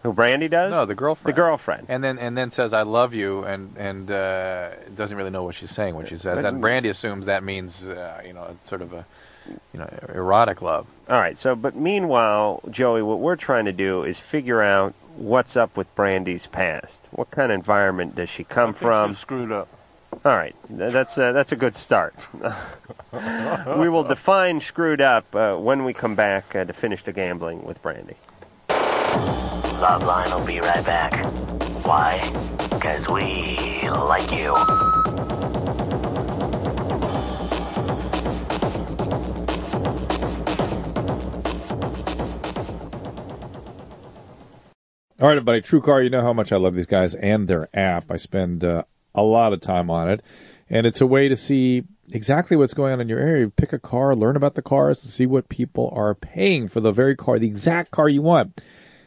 Who Brandy does? No, the The girlfriend. girlfriend. And then and then says I love you and and uh, doesn't really know what she's saying when she says But- that. And Brandy assumes that means uh, you know it's sort of a you know erotic love. All right. So, but meanwhile, Joey, what we're trying to do is figure out what's up with Brandy's past. What kind of environment does she come from? Screwed up. All right, th- that's a, that's a good start. we will define screwed up uh, when we come back uh, to finish the gambling with Brandy. Loveline will be right back. Why? Because we like you. All right, everybody. True Car, you know how much I love these guys and their app. I spend uh, a lot of time on it, and it's a way to see exactly what's going on in your area. Pick a car, learn about the cars, and see what people are paying for the very car, the exact car you want.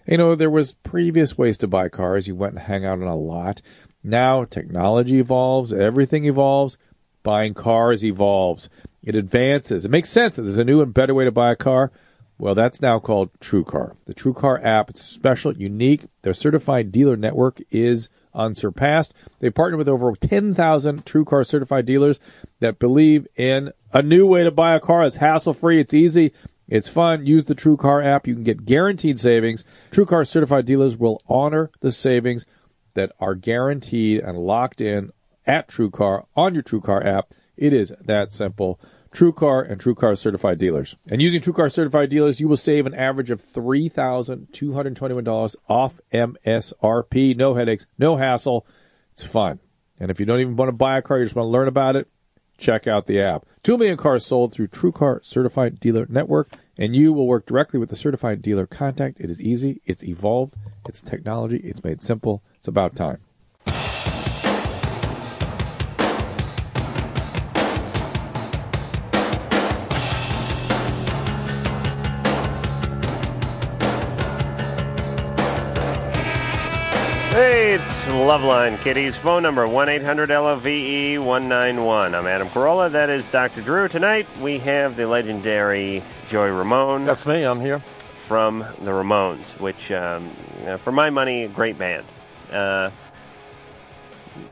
You know, there was previous ways to buy cars. You went and hang out on a lot. Now technology evolves, everything evolves. Buying cars evolves. It advances. It makes sense that there's a new and better way to buy a car. Well, that's now called TrueCar. The TrueCar app, it's special, unique. Their certified dealer network is unsurpassed. They partner with over 10,000 TrueCar certified dealers that believe in a new way to buy a car. It's hassle free, it's easy, it's fun. Use the TrueCar app. You can get guaranteed savings. TrueCar certified dealers will honor the savings that are guaranteed and locked in at TrueCar on your TrueCar app. It is that simple. TrueCar and TrueCar certified dealers. And using TrueCar certified dealers, you will save an average of $3,221 off MSRP. No headaches, no hassle. It's fun. And if you don't even want to buy a car, you just want to learn about it, check out the app. 2 million cars sold through TrueCar certified dealer network, and you will work directly with the certified dealer contact. It is easy, it's evolved, it's technology, it's made simple. It's about time. Hey, it's Loveline Kitties. Phone number 1 800 LOVE 191. I'm Adam Carolla. That is Dr. Drew. Tonight we have the legendary Joey Ramone. That's me. I'm here. From the Ramones, which, um, uh, for my money, a great band. Uh,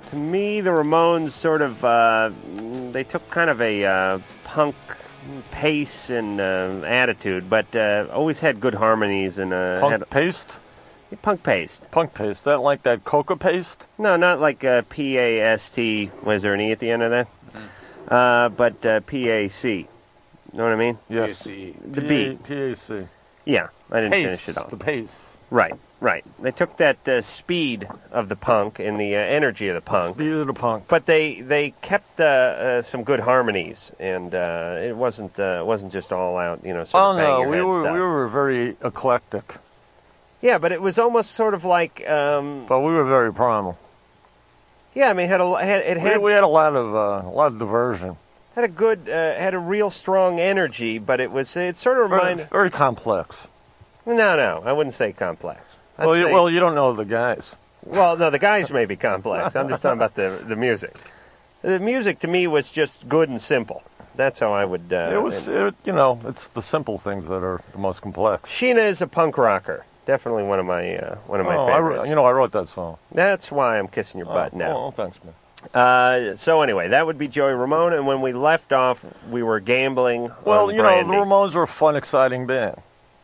to me, the Ramones sort of uh, they took kind of a uh, punk pace and uh, attitude, but uh, always had good harmonies and uh, Punk had- paste? Punk paste. Punk paste. That like that coca paste? No, not like uh, P A S T. Was there an E at the end of that? Mm. Uh, but uh, P A C. Know what I mean? Yes. The B. PAC. Yeah, I didn't pace, finish it off. The pace. Right, right. They took that uh, speed of the punk and the uh, energy of the punk. Speed of the punk. But they they kept uh, uh, some good harmonies, and uh, it wasn't uh, it wasn't just all out, you know, sort Oh of bang no, your we head were stuff. we were very eclectic, Yeah, but it was almost sort of like. Um, but we were very primal. yeah, I mean, it had a, it had, it We- had we, had a lot of uh, a lot of diversion. had a good uh, had a real strong energy, but it was it sort of Very, reminded. very complex. No, no, I wouldn't say complex. I'd well, you, say- well, you don't know the guys. well, no, the guys may be complex. I'm just talking about the the music. The music to me was just good and simple. That's how I would. Uh, it was, and- it, you know, it's the simple things that are the most complex. Sheena is a punk rocker. Definitely one of my uh, one of my oh, I wrote- favorites. you know, I wrote that song. That's why I'm kissing your butt oh, now. Oh, thanks, man. Uh, so anyway, that would be Joey Ramone, and when we left off, we were gambling. Well, on you brandy. know, the Ramones are a fun, exciting band.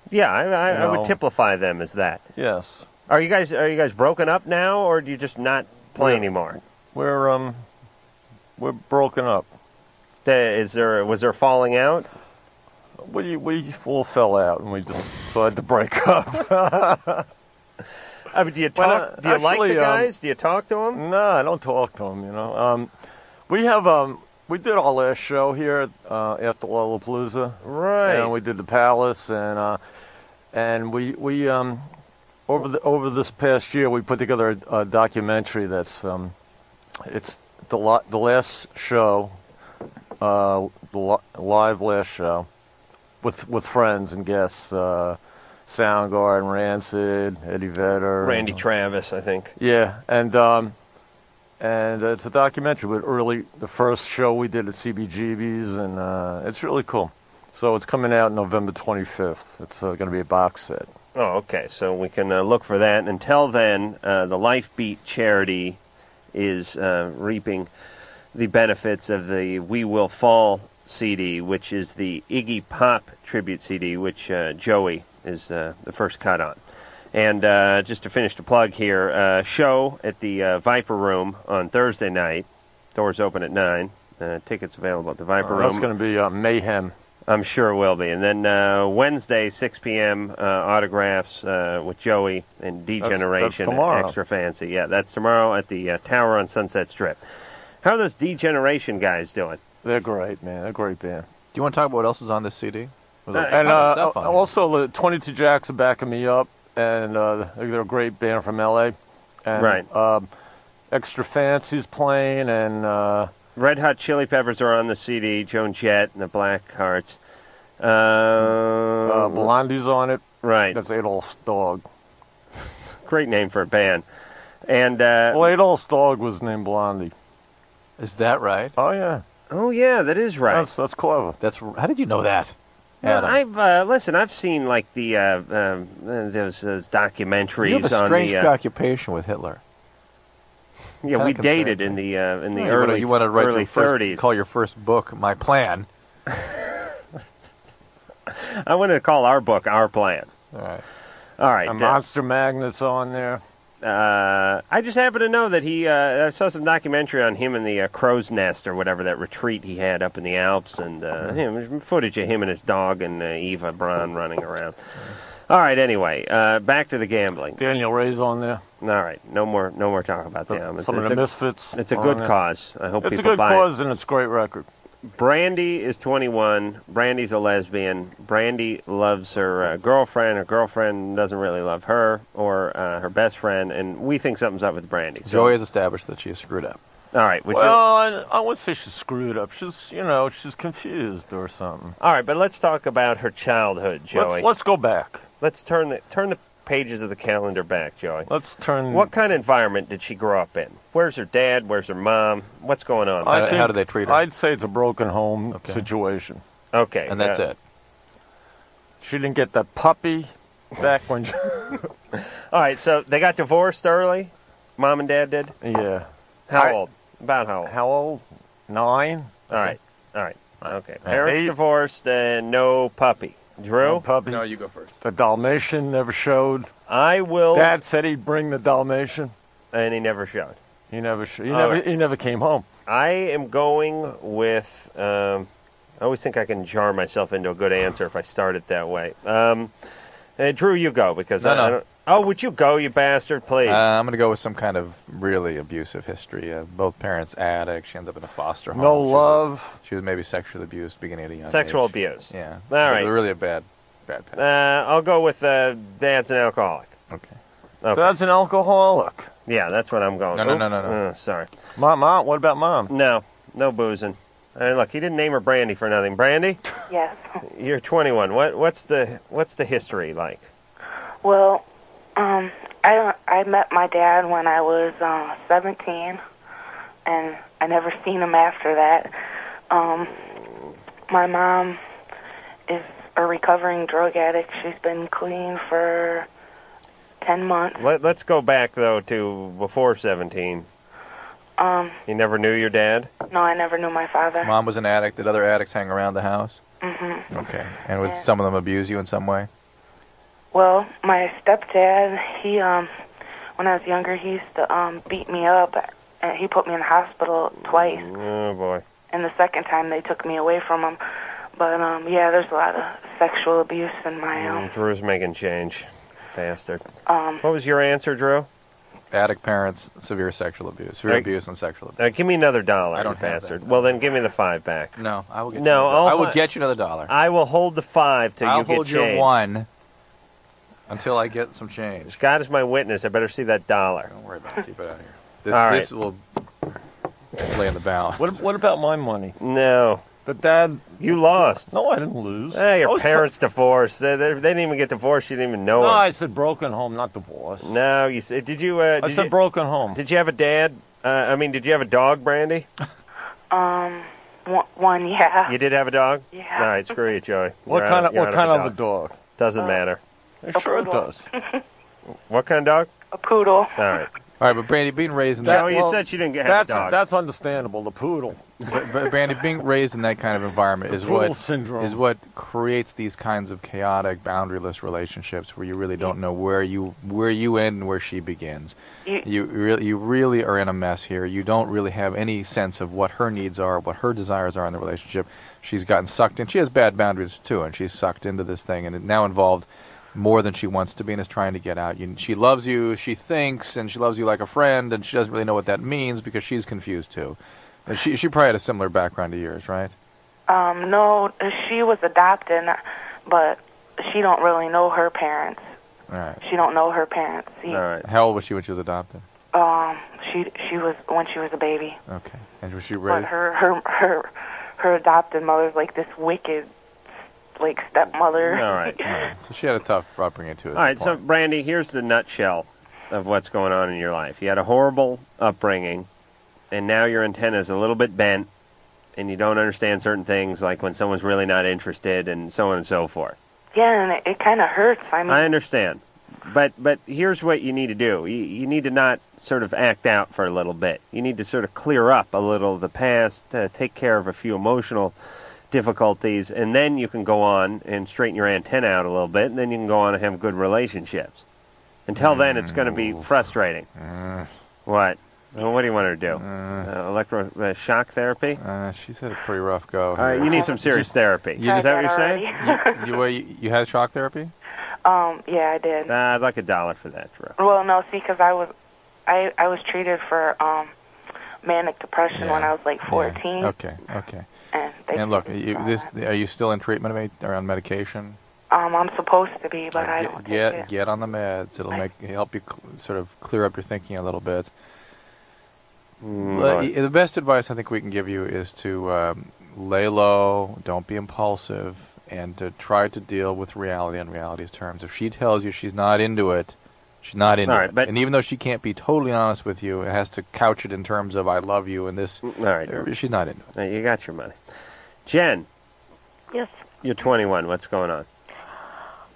Yeah, I, I, You I would know. typify them as that. Yes. Are you guys are you guys broken up now, or do you just not play anymore? We're um, we're broken up. Is there was there falling out? We we all fell out and we just decided to break up. I mean, do you Well, talk? uh, do you like actually, the um, guys? do you talk to them? No, I don't talk to him. You know, um, we have um, we did our last show here uh, after Lollapalooza, Right. And we did the Palace, and uh, and we we um, over the over this past year we put together a, a documentary that's um, it's the lo- the last show, uh, the li- live last show, with with friends and guests, uh, Soundgarden, Rancid, Eddie Vedder, Randy Travis, I think. yeah, and um, and it's a documentary, but early the first show we did at CBGB's, and uh, it's really cool. So it's coming out November 25th. It's uh, going to be a box set. Oh, okay. So we can uh, look for that. And until then, uh, the Lifebeat charity is uh, reaping the benefits of the We Will Fall CD, which is the Iggy Pop tribute CD, which uh, Joey is uh, the first cut on. And uh, just to finish the plug here, uh, show at the uh, Viper Room on Thursday night. Doors open at nine. Uh, tickets available at the Viper Uh, Room. that's going to be uh, mayhem. I'm sure it will be. And then uh, Wednesday, 6 p.m. Uh, autographs uh, with Joey and D That's- that's Generation and tomorrow. Extra Fancy. Yeah, that's tomorrow at the uh, Tower on Sunset Strip. How are those D Generation guys doing? They're great, man. They're great band. Do you want to talk about what else is on this CD? There's a ton and of uh, stuff on it. also, the 22 Jacks are backing me up, and uh, they're a great band from LA. And, Right. Um, Extra Fancy's playing, and uh, Red Hot Chili Peppers are on the CD. Joan Jett and the Black Hearts. Uh, uh, Blondie's on it. Right. That's Adolf Dog. Great name for a band. And uh, well, Adolf Dog was named Blondie. Is that right? Oh yeah. Oh yeah, that is right. That's that's clever. That's how did you know that? Yeah, Adam? I've uh, listen. I've seen like the uh, um, uh, those, those documentaries you have a on strange the. Uh, preoccupation with Hitler. Yeah, we Kinda dated in the uh, in the Yeah, you wanna- early you want to write early your first, 30s. Call your first book "My Plan." I wanted to call our book our plan. All right. All right. A uh, Monster Magnet's on there. uh, I just happen to know that he. Uh, I saw some documentary on him in the uh, crow's nest or whatever that retreat he had up in the Alps, and uh, Mm-hmm. him footage of him and his dog and uh, Eva Braun running around. All right. Anyway, uh, back to the gambling. Daniel Ray's on there. All right. No more. No more talk about them. It's- Some of it's the a- Misfits. It's a are good on there. cause. I hope It's a people good buy it. cause and it's a great record. Brandy is 21. Brandy's a lesbian. Brandy loves her uh, girlfriend. Her girlfriend doesn't really love her or uh, her best friend, and we think something's up with Brandy. So, Joey has established that she has screwed up. all right. would you- well, I, I wouldn't say she's screwed up. She's you know she's confused or something. all right, but let's talk about her childhood, Joey. Let's, let's go back. Let's turn the turn the pages of the calendar back, Joey. Let's turn. What kind of environment did she grow up in? Where's her dad? Where's her mom? What's going on? I think- how do they treat her? I'd say it's a broken home situation. okay, and that's uh, it. She didn't get that puppy back when. She, All right, so they got divorced early. Mom and dad did. yeah. How I- old? About how old? How old? Nine. All right. All right. Okay. All Parents right. divorced and no puppy. Drew, No puppy. No, you go first. The Dalmatian never showed. I will. Dad said he'd bring the Dalmatian. And he never showed. He never. Sh- he All never. right. He never came home. I am going with. Um, I always think I can jar myself into a good answer if I start it that way. Um, uh, Drew, you go because No, I, I no. don't. Oh, would you go, you bastard? Please. Uh, I'm going to go with some kind of really abusive history. Uh, both parents addicts. She ends up in a foster home. No She was- love. She was maybe sexually abused beginning at a young Sexual age. abuse. Yeah. All right. Really a bad, bad Uh, path. I'll go with uh, dad's an alcoholic. Okay. Okay. Dad's an alcoholic. yeah, that's what I'm going. No, no, Oops. no, no, no. Uh, sorry. Mom, mom, what about mom? No, no boozing. Uh, look, he didn't name her Brandy for nothing. Brandy. Yes. You're 21. What what's the what's the history like? Well, um, I don't. I met my dad when I was uh, 17, and I never seen him after that. Um, my mom is a recovering drug addict. She's been clean for 10 months. Let, let's go back though to before 17. Um, You never knew your dad. no, I never knew my father. Mom was an addict. Did other addicts hang around the house? hmm Okay. And would some of them abuse you in some way? Well, my stepdad, he um when I was younger, he used to um beat me up and he put me in the hospital twice. Oh boy. And the second time they took me away from him. But um, yeah, there's a lot of sexual abuse in my um, Mm, Drew's making change, bastard. um. What was your answer, Drew? Addict parents, severe sexual abuse, severe Right. abuse and sexual abuse. Uh, give me another dollar, I I don't have bastard. Well, then give me the five back. No, I will get No, you. another dollar. I'll I will fi- get you another dollar. I will hold the five till I'll you get hold your change. one until I get some change. God is my witness. I better see that dollar. Don't worry about it. Keep it out here. This, All right. this will lay in the balance. What, what about my money? No. But dad, you lost. No, I didn't lose. Eh, I your was parents divorced. They, they, they didn't even get divorced. You didn't even know No, it. I said broken home, not divorce. No, you said. Did you? Uh, I did said you, broken home. Did you have a dad? Uh, I mean, did you have a dog, Brandy? Um, one, one yeah. You did have a dog. Yeah. All right, screw you, Joey. What You're out kind of- what you're out kind a of a dog? Doesn't Uh, matter. a sure it poodle. What kind of dog? a poodle. All right. All right, but Brandy, being raised in That- that, Joey, you well, said she didn't have a that's- dog. that's understandable. The poodle. But, but Brandy, being raised in that kind of environment It's is the poodle what syndrome. is what creates these kinds of chaotic, boundaryless relationships where you really don't know where you where you end and where she begins. You- You really you really are in a mess here. You don't really have any sense of what her needs are, what her desires are in the relationship. She's gotten sucked in. She has bad boundaries too, and she's sucked into this thing and it now involved more than she wants to be and is trying to get out. You, she loves you, she thinks, and she loves you like a friend, and she doesn't really know what that means because she's confused too. And she she probably had a similar background to yours, right? Um, no, she was adopted, but she don't really know her parents. All right. She don't know her parents. He, How old was she when she was adopted? Um, she she was when she was a baby, Okay. And was she but raised? her her her her adopted mother's like this wicked like stepmother. All right. So she had a tough upbringing too. All right, so Brandy, here's the nutshell of what's going on in your life. You had a horrible upbringing, and now your antenna's a little bit bent, and you don't understand certain things, like when someone's really not interested, and so on and so forth. yeah, and it, it kind of hurts. I mean, I understand, but but here's what you need to do. You, you need to not sort of act out for a little bit. You need to sort of clear up a little of the past, uh, take care of a few emotional difficulties, and then you can go on and straighten your antenna out a little bit, and then you can go on and have good relationships. Until then, it's going to Mm. be frustrating. Uh. What? Well, what do you want her to do? Uh, electro uh, shock therapy? Uh, she's had a pretty rough go. All right, here. you need some serious therapy. You- Is that what you're saying? you, you, well, you, you had shock therapy? um, yeah, I did. Uh, I'd like a dollar for that, Drew. Well, no, see, because I was I I was treated for um manic depression when I was like 14. Okay, okay. And, they, And look, you, this are you still in treatment of any- or on medication? um, I'm supposed to be, but I Get- don't take get it. get on the meds. It'll make help you cl- sort of clear up your thinking a little bit. Well, Mm, right. y- The best advice I think we can give you is to um, lay low, don't be impulsive, and to try to deal with reality in reality's terms. If she tells you she's not into it, she's not into All right, it. and even though she can't be totally honest with you, it has to couch it in terms of "I love you" and this. All right. she's not into it. Uh, Mm, You got your money. Jen, Yes. you're 21. What's going on?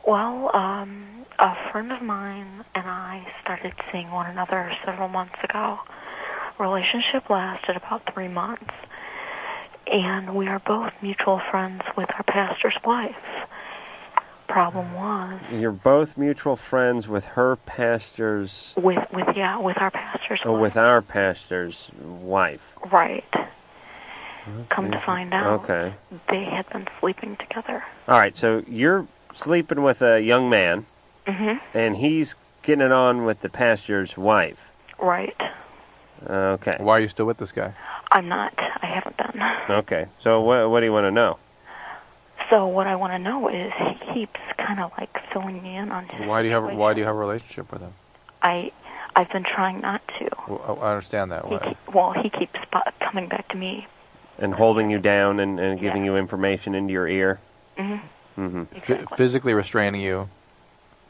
Well, um, a friend of mine and I started seeing one another several months ago. Relationship lasted about three months, and we are both mutual friends with our pastor's wife. Problem was You're both mutual friends with her pastor's. with with yeah with our pastor's Or with our pastor's wife. right. Come to Mhm. find out, Okay. they had been sleeping together. All right, so you're sleeping with a young man, hmm and he's getting it on with the pastor's wife. Right. Okay. Why are you still with this guy? I'm not. I haven't been. Okay. So what, what do you want to know? So what I want to know is he keeps kind of like filling me in on his. Why do you have Why do you have a relationship with him? I I've been trying not to. Well, I I understand that. Why? Well, he keeps bu- coming back to me. And holding you down and, and giving you information into your ear? hmm Mm-hmm. F- physically restraining you.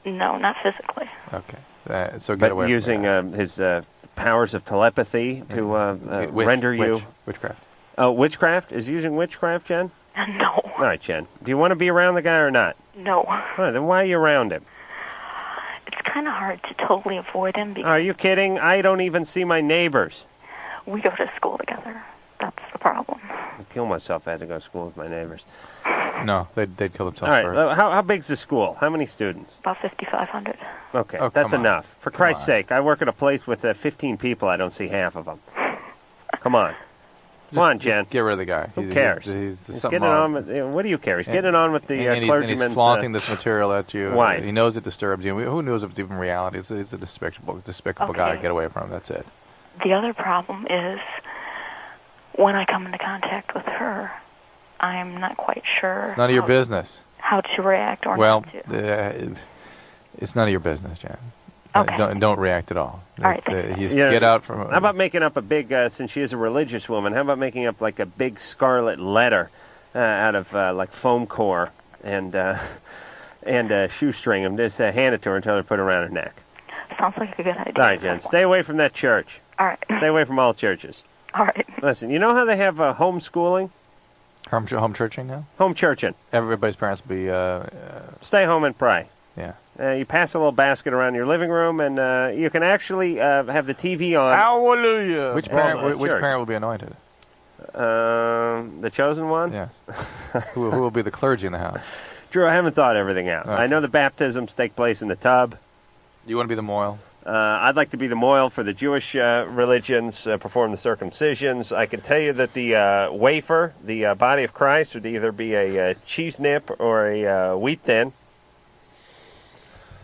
No, not physically. Okay. Uh, so get but away. using um, his uh, powers of telepathy to uh, uh, Witch- render you witch- witchcraft. Oh, witchcraft is he using witchcraft, Jen. No. All right, Jen. Do you want to be around the guy or not? No. All right, then why are you around him? It's kind of hard to totally avoid him because Are you kidding? I don't even see my neighbors. we go to school together. That's the problem. I kill myself. if I had to go to school with my neighbors. from that. No, they'd, they'd kill All themselves right. first. uh, How, how big's the school? How many students? About 5,500. Okay, Oh, that's come on. enough. For Christ's sake, I work at a place with uh, 15 people. I don't see half of them. Come on. Come on, Jen. Get rid of the guy. Who He's- cares? he's- he's- He's something getting wrong. on with, eh, what do you care? He's And- getting on with and, the uh, and he's, and he's clergyman's. flaunting uh, this material at you. Why? He knows it disturbs you. Who knows if it's even reality? It's, it's a despicable, despicable guy to Okay. get away from. That's it. The other problem is when I come into contact with her, I'm not quite sure It's none of your how, business. how to react or Well, not to. uh, it's none of your business, Jan. Okay. Don't, don't react at all. All right, It's, uh, you just Yeah. get out from. How about making up a big? Uh, since she is a religious woman, how about making up like a big scarlet letter uh, out of uh, like foam core and uh, and uh, shoestring, and just uh, hand it to her and tell her to put it around her neck. Sounds like a good idea. Sorry, Jen. Stay away from that church. All right. Stay away from all churches. All right. Listen, you know how they have uh, homeschooling, home, home churching now? home churching. Everybody's parents be. Uh, uh, Stay home and pray. yeah. Uh, you pass a little basket around your living room, and uh, you can actually uh, have the TV on. Hallelujah. Which Well, parent? uh, which sure. parent will be anointed? Um, the chosen one. Yeah. who, who will be the clergy in the house? Drew, I haven't thought everything out. I know the baptisms take place in the tub. You want to be the moil? Uh, I'd like to be the moil for the Jewish uh, religions, uh, perform the circumcisions. I can tell you that the uh, wafer, the uh, body of Christ, would either be a uh, cheese nip or a uh, wheat thin.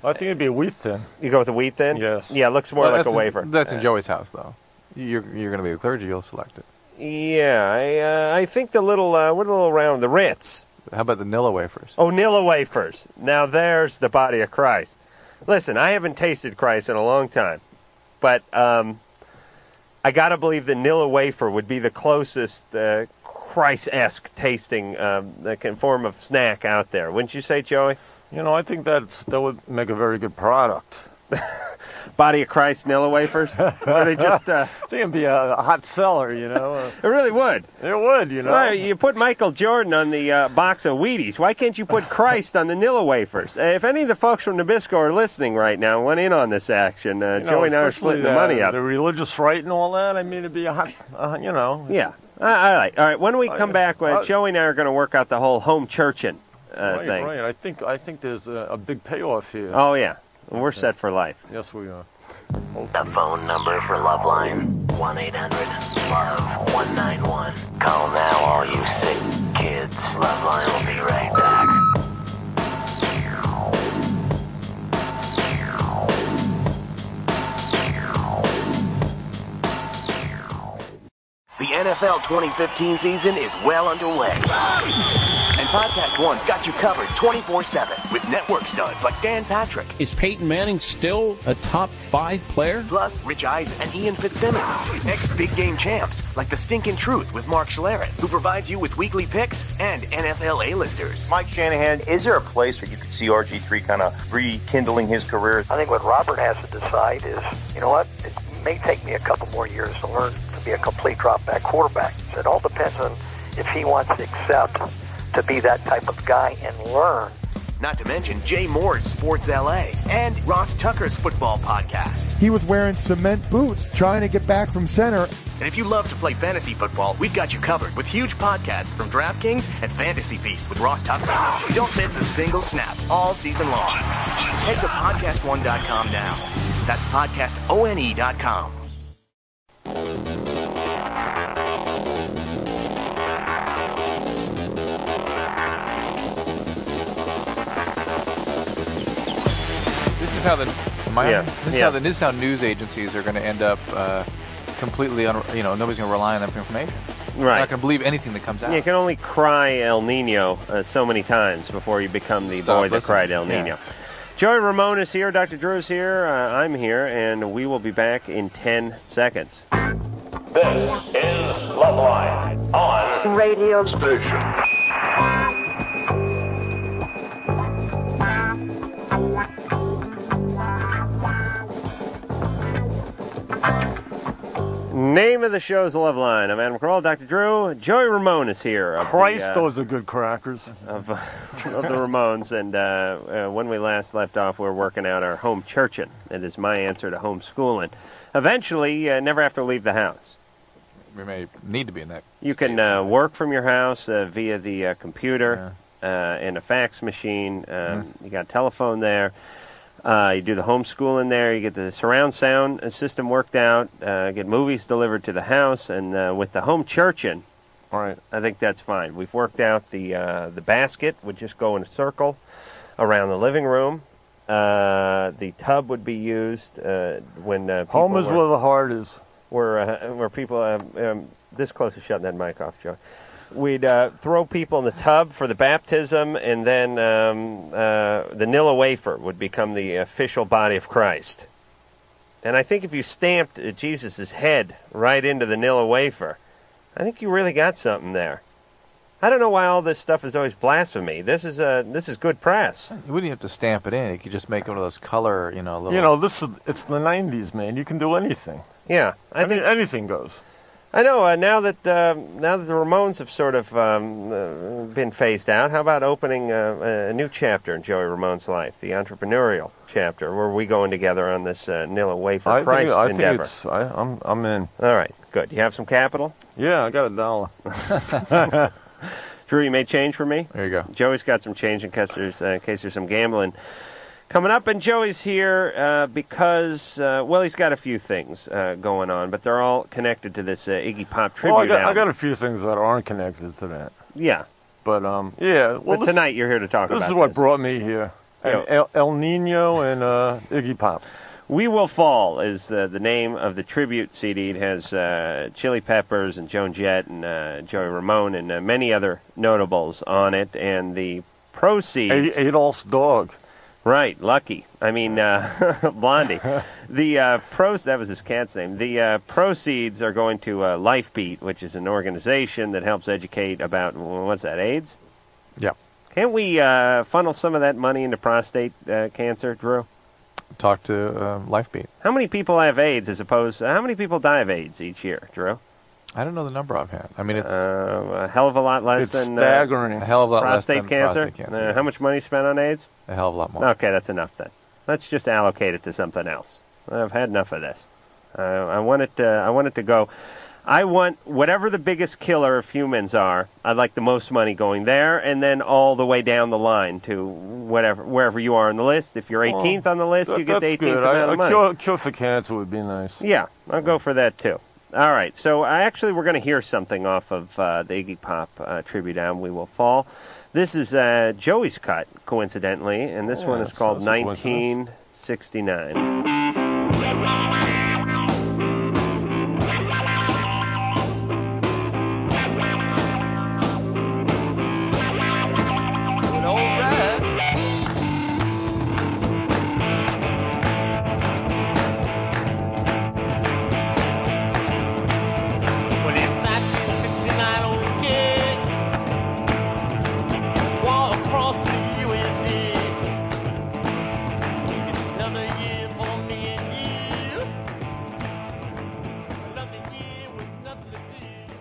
I think it'd be a wheat thin. You go with a wheat thin? Yes. Yeah, it looks more Well, like that's a in- wafer. that's in Uh, Joey's house, though. You're you're going to be the clergy. You'll select it. Yeah, I, uh, I think the little, uh, what are the little round, the Ritz. How about the Nilla wafers? Onilla wafers. Now there's the body of Christ. Listen, I haven't tasted Christ in a long time, but um, I gotta believe the Nilla wafer would be the closest uh, Christ-esque tasting um, that can form of snack out there, wouldn't you say, Joey? You know, I think that's that would make a very good product. Body of Christ Nilla wafers. Or they just uh, I think it'd be a, a hot seller. You know, Uh, it really would. it would. You know, Well, you put Michael Jordan on the uh, box of Wheaties. Why can't you put Christ on the Nilla wafers? Uh, if any of the folks from Nabisco are listening right now, and went in on this action. Uh, You know, Joey and I are especially splitting the money up. The religious right and all that. I mean, it'd be a hot. Uh, you know. Yeah. All right. All right. When we come yeah. back, uh, Uh, Joey and I are going to work out the whole home churching uh, right, thing. right. I think I think there's a, a big payoff here. Oh yeah, we're set for life. Yes, we are. The phone number for Loveline, 1-800-LOVE-191. Call now, all you sick kids. Loveline will be right back. The NFL 2015 season is well underway. And Podcast One's got you covered 24 7 with network studs like Dan Patrick, Is Peyton Manning still a top five player? plus Rich Eisen and Ian Fitzsimmons. Ex big game champs like The Stinkin' Truth with Mark Schlereth, who provides you with weekly picks and NFL A listers. Mike Shanahan, is there a place where you could see RG3 kind of rekindling his career? I think what Robert has to decide is, you know what, it may take me a couple more years to learn to be a complete dropback quarterback. So it all depends on if he wants to accept to be that type of guy and learn. Not to mention Jay Moore's Sports LA and Ross Tucker's football podcast. He was wearing cement boots trying to get back from center. And if you love to play fantasy football, we've got you covered with huge podcasts from DraftKings and Fantasy Feast with Ross Tucker. Don't miss a single snap all season long. Head to podcastone.com now. That's podcastone.com. This is how the Miami. Yeah, This is yeah. how the, this is how news agencies are going to end up uh, completely. Un, you know, nobody's going to rely on them for information. Right. They're not going to believe anything that comes out. You can only cry El Nino uh, so many times before you become the Stop boy that listening. cried El Yeah. Nino. Joey Ramon is here. Dr. Drew is here. Uh, I'm here, and we will be back in 10 seconds. This is Loveline on radio station. Name of the show's Love Line. I'm Adam Carolla. Dr. Drew. Joey Ramon is here. of the, Christ, uh, those are good crackers. of, of the Ramones, and uh, uh, when we last left off, we are working out our home churching. It is my answer to homeschooling. Eventually, uh, never have to leave the house. We may need to be in that. You can uh, work from your house uh, via the uh, computer uh, and a fax machine. Um, You got a telephone there. Uh, you do the homeschool in there. You get the surround sound uh, system worked out. Uh, get movies delivered to the house, and uh, with the home churching, all right, I think that's fine. We've worked out the uh, the basket would just go in a circle around the living room. Uh, the tub would be used uh, when uh, people Home is were- where the heart is. where uh, where people um, um, this close to shutting that mic off, Joe. We'd uh, throw people in the tub for the baptism, and then um, uh, the Nilla wafer would become the official body of Christ. And I think if you stamped uh, Jesus' head right into the Nilla wafer, I think you really got something there. I don't know why all this stuff is always blasphemy. This is uh, this is good press. You wouldn't have to stamp it in. You could just make one of those color, you know, little. You know, this is it's the '90s, man. You can do anything. Yeah, I, mean, anything goes. I know. Uh, now that uh, now that the Ramones have sort of um, uh, been phased out, how about opening uh, a new chapter in Joey Ramone's life, the entrepreneurial chapter, where we going together on this uh, Nilla Wafer I Christ think, I think endeavor? it's. I, I'm I'm in. All right, good. You have some capital? Yeah, I got a dollar. Drew, you made change for me. There you go. Joey's got some change in case there's uh, in case there's some gambling coming up, and Joey's here uh, because uh, well, he's got a few things uh, going on, but they're all connected to this uh, Iggy Pop tribute Well, I got, I album. got a few things that aren't connected to that. yeah. But um, yeah. Well, but this- tonight you're here to talk This about is what brought me here. Yeah. And El, El Nino and uh, Iggy Pop. We Will Fall is uh, the, the name of the tribute CD. It has uh, Chili Peppers and Joan Jett and uh, Joey Ramone and uh, many other notables on it. And the proceeds. A- Adolf's dog. Right, Lucky. I mean, uh, Blondie. the uh, pros. That was his cat's name. The uh, proceeds are going to uh, Lifebeat, which is an organization that helps educate about what's that AIDS. Yeah. Can't we uh, funnel some of that money into prostate uh, cancer, Drew? Talk to uh, Lifebeat. How many people have AIDS as opposed how many people die of AIDS each year, Drew? I don't know the number I've had. I mean, it's uh, a hell of a lot less It's than staggering. Uh, A hell of a lot less prostate than cancer. prostate cancer, Uh, yeah. How much money spent on AIDS? a hell of a lot more. Okay, that's enough then. Let's just allocate it to something else. I've had enough of this. Uh, I want it. To, I want it to go. I want whatever the biggest killer of humans are. I'd like the most money going there, and then all the way down the line to whatever wherever you are on the list. If you're Oh, 18th on the list, That- you get the that's 18th good. amount I, of money. A cure, cure for cancer would be nice. Yeah, I'll go for that too. All right, so I actually we're going to hear something off of uh, the Iggy Pop uh, tribute album "We Will Fall." This is uh, Joey's cut, coincidentally, and this Yeah, one is that's- called that's a coincidence. 1969. Well, it's 1969, old kid. War across the USA. It's another year for me and you. Another year with nothing to do.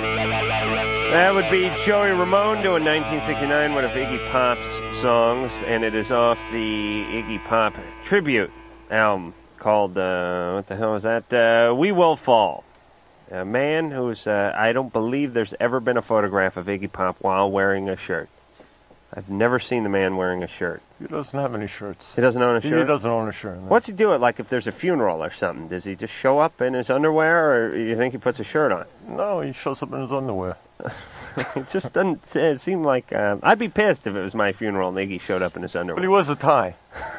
That would be Joey Ramone doing 1969, one of Iggy Pop's songs, and it is off the Iggy Pop tribute album called uh, what the hell is that? Uh, we Will Fall. A man who's uh, I don't believe there's ever been a photograph of Iggy Pop while wearing a shirt. I've never seen the man wearing a shirt. He doesn't have any shirts. He doesn't own a He shirt? doesn't own a shirt. no. What's he do it like if there's a funeral or something? Does he just show up in his underwear, or you think he puts a shirt on? No, he shows up in his underwear. it just doesn't uh, seem like uh, I'd be pissed if it was my funeral and Iggy showed up in his underwear. But he wears a tie.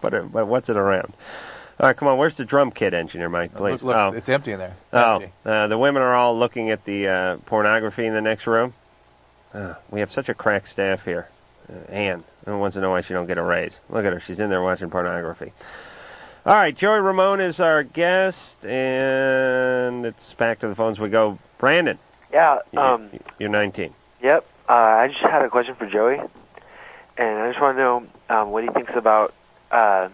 But, uh, but what's it around? All right, come on. Where's the drum kit engineer, Mike? Please. Look, look oh, it's empty in there. oh, uh, the women are all looking at the uh, pornography in the next room. Uh, we have such a crack staff here. Uh, Anne, who wants to know why she don't get a raise? Look at her. She's in there watching pornography. All right, Joey Ramone is our guest, and it's back to the phones we go. Brandon, Yeah. Um. you're 19. Yep. Uh, I just had a question for Joey, and I just want to know um, what he thinks about uh,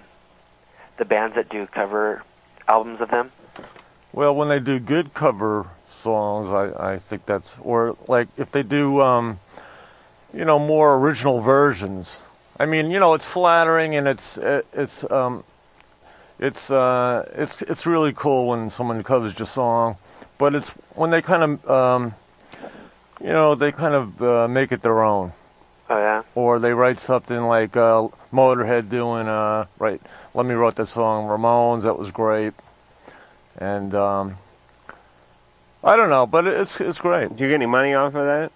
the bands that do cover albums of them. Well, when they do good cover songs, I, I think that's or like if they do, um, you know, more original versions. I mean, you know, it's flattering and it's it, it's um, it's uh, it's it's really cool when someone covers your song, but it's when they kind of um, you know, they kind of uh, make it their own. Oh yeah. Or they write something like uh, Motorhead doing uh, right. Let me wrote that song Ramones. That was great. And um, I don't know, but it's it's great. Do you get any money off of that?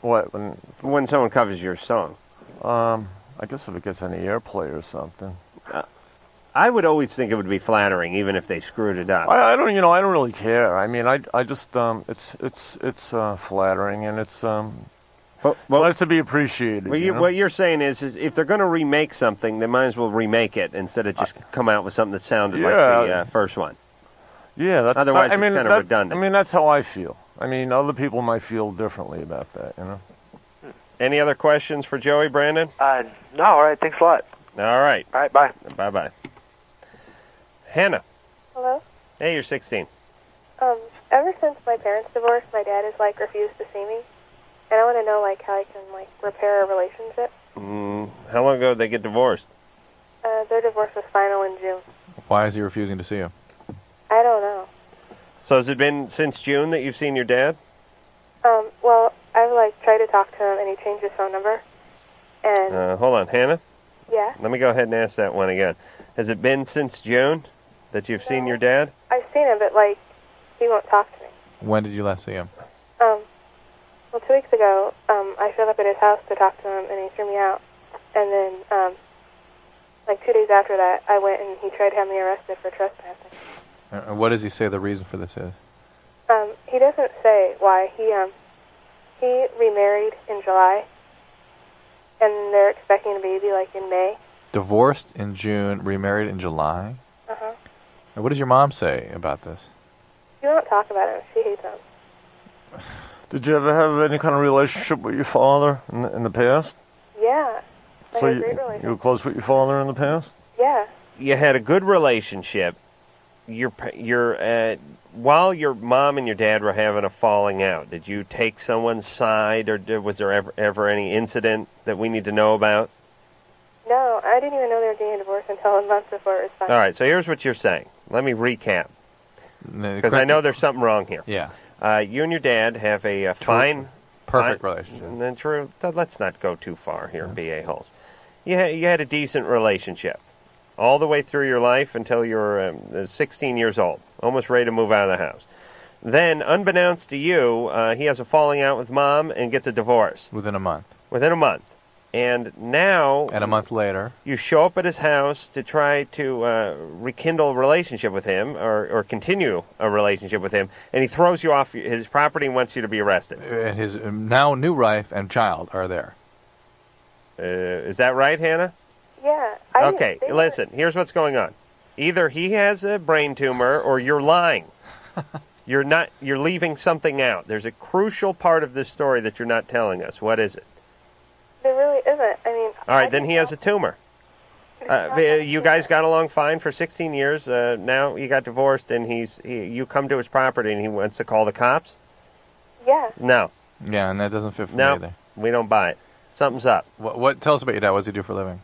What when when someone covers your song? Um, I guess if it gets any airplay or something. Uh, I would always think it would be flattering, even if they screwed it up. I, I don't, you know, I don't really care. I mean, I, I just, um, it's, it's, it's uh, flattering and it's, um, it's nice to be appreciated. Well, you, you know? what you're saying is, is if they're going to remake something, they might as well remake it instead of just come out with something that sounded like the Yeah. uh, first one. yeah, that's. otherwise I it's mean, kinda that- redundant. I mean, that's how I feel. I mean, other people might feel differently about that. You know. Any other questions for Joey Brandon? Uh, no. All right. Thanks a lot. All right. All right. Bye. Bye bye. Hannah, Hello? hey, you're 16. Um, ever since my parents divorced, my dad has like refused to see me, and I want to know like how I can like repair a relationship. Mm, how long ago did they get divorced? Uh, their divorce was final in June. Why is he refusing to see you? I don't know. So has it been since June that you've seen your dad? Um, well, I've like tried to talk to him, and he changed his phone number. And Uh, hold on, Hannah. yeah, Let me go ahead and ask that one again. Has it been since June that you've seen your dad? I've seen him, but like he won't talk to me. When did you last see him? Um, well, two weeks ago, um, I showed up at his house to talk to him, and he threw me out. And then, um, like two days after that, I went and he tried to have me arrested for trespassing. Uh, uh, What does he say the reason for this is? Um, he doesn't say why. He um, he remarried in July, and they're expecting a baby like in May. Divorced in June, remarried in July. Uh huh. And What does your mom say about this? You don't talk about him. She hates him. Did you ever have any kind of relationship with your father in the, in the past? Yeah. I so had a you, great relationship. you were close with your father in the past. Yeah. You had a good relationship. Your pa- your uh, while your mom and your dad were having a falling out, did you take someone's side, or did, was there ever ever any incident that we need to know about? No, I didn't even know they were getting a divorce until a month before it was final. All right, so here's what you're saying. Let me recap because I know there's something wrong here. Yeah. Uh, you and your dad have a, uh fine, perfect fine- relationship. And then true. th- Let's not go too far here, ba holes. You had, you had a decent relationship all the way through your life until you were um, uh, 16 years old, almost ready to move out of the house. Then, unbeknownst to you, uh, he has a falling out with mom and gets a divorce within a month. Within a month, and now And a month later, you show up at his house to try to uh, rekindle a relationship with him or, or continue a relationship with him, and he throws you off his property and wants you to be arrested. and his um, now new wife and child are there. Uh, is that right, Hannah? Yeah. I didn't okay, think- listen, here's what's going on. Either he has a brain tumor or you're lying. you're not you're leaving something out. There's a crucial part of this story that you're not telling us. What is it? There really isn't. I mean, All right, then he has a tumor. Uh, you guys got along fine for 16 years. Uh, now you got divorced, and he's he, you come to his property, and he wants to call the cops. yeah. No, Yeah, and that doesn't fit for no, me either. we don't buy it. Something's up. What, what? Tell us about your dad. What does he do for a living?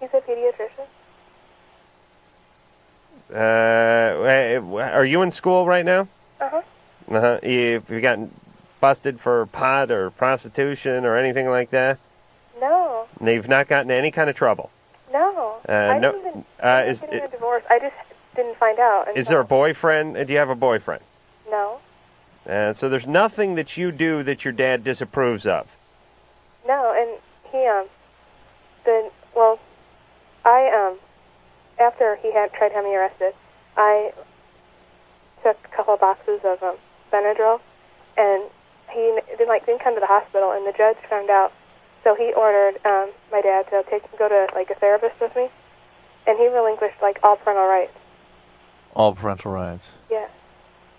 He's a pediatrician. Uh, eh, are you in school right now? Uh-huh. Uh-huh. If you got busted for pot or prostitution or anything like that, No. and you've not gotten any kind of trouble. No. Uh, I no. didn't even. uh, I is didn't even divorce. I just didn't find is out. until- there a boyfriend? Uh, Do you have a boyfriend? No. Uh, so there's nothing that you do that your dad disapproves of. No, and he um then well I um after he had tried to have me arrested, I took a couple of boxes of um Benadryl and he didn't like didn't come to the hospital, and the judge found out. So he ordered um, my dad to take go to like a therapist with me, and he relinquished like all parental rights. All parental rights. Yeah.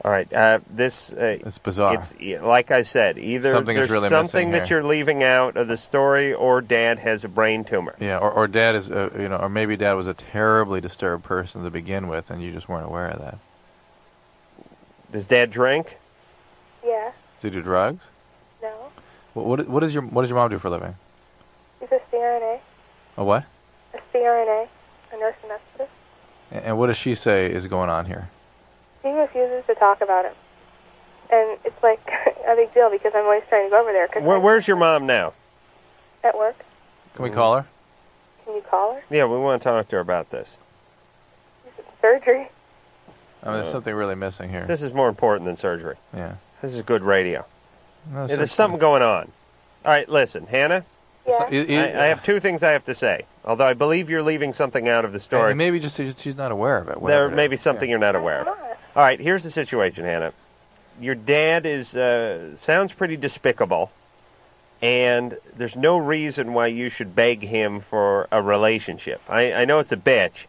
All right. Uh, this uh, it's bizarre. It's e- like I said, either Ah. Something is there's really something missing that here. you're leaving out of the story, or Dad has a brain tumor. Yeah, or, or dad is, uh, you know, or maybe dad was a terribly disturbed person to begin with, and you just weren't aware of that. Does dad drink? Yeah. Does he do drugs? No. What, what, what, is your, what does your mom do for a living? He's a CRNA, A what? a CRNA, a nurse anesthetist. And, and what does she say is going on here? He refuses to talk about it, and it's like a big deal because I'm always trying to go over there. Cause Where, where's your mom now? at work, Can we call her? can you call her? Yeah, we want to talk to her about this. Surgery. I mean, there's Uh, something really missing here. This is more important than surgery. Yeah. This is good radio. No, Yeah, seriously. there's something going on. All right, listen, Hannah. Yeah. So- you- you- I, I have two things I have to say. Although I believe you're leaving something out of the And- story. and maybe just she- she's not aware of it. whatever There it may is. be something you're not aware of. All right, here's the situation, Hannah. Your dad is uh, sounds pretty despicable, and there's no reason why you should beg him for a relationship. I, I know it's a bitch,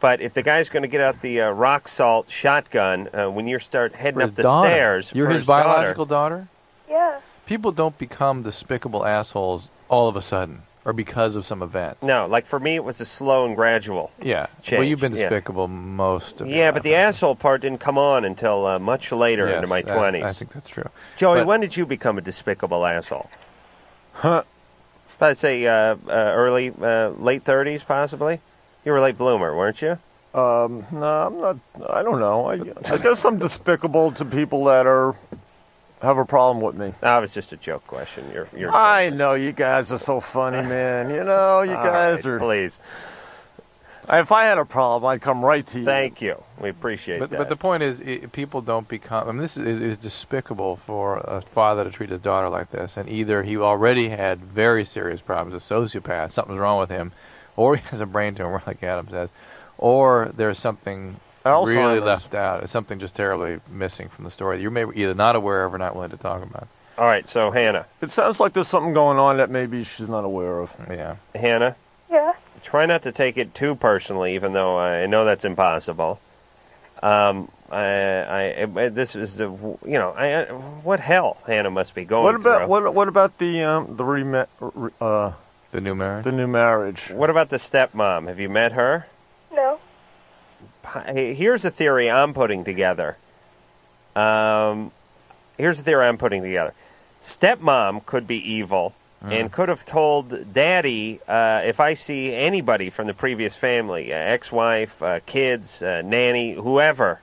but if the guy's going to get out the uh, rock salt shotgun uh, when you start heading For his up the daughter. stairs, You're for his, his daughter- biological daughter. Yeah. People don't become despicable assholes all of a sudden or because of some event. No, like for me, it was a slow and gradual. Yeah. Well, Change, you've been yeah. despicable most of your Yeah, but the asshole part didn't come on until uh, much later Yes, into my that- twenties. I think that's true. Joey, But- when did you become a despicable asshole? Huh? I'd say uh, uh, early, uh, late thirties, possibly. You were a late bloomer, weren't you? Um, no, I'm not. I don't know. I, I guess I'm despicable to people that are have a problem with me. No, it was just a joke question. You're, you're I know you guys are so funny, man. You know, you All guys right, are. Please. If I had a problem, I'd come right to you. Thank you. We appreciate But, that. but the point is, i people don't become. I mean, this is, is despicable for a father to treat his daughter like this. And either he already had very serious problems, a sociopath, something's wrong with him, or he has a brain tumor, like Adam says, or there's something really Alzheimer's. left out, something just terribly missing from the story that you may be either not aware of or not willing to talk about. All right, so Hannah. It sounds like there's something going on that maybe she's not aware of. Yeah. Hannah. Yeah. Try not to take it too personally, even though I know that's impossible. Um, I, I, I this is the, you know, I, what hell Hannah must be going What about through. what? What about the um, the rema- re- uh, the new marriage? The new marriage. What about the stepmom? Have you met her? No. Hey, Here's a theory I'm putting together. Um, here's a theory I'm putting together. Stepmom could be evil and could have told daddy uh, if I see anybody from the previous family, uh, ex wife, uh, kids, uh, nanny, whoever,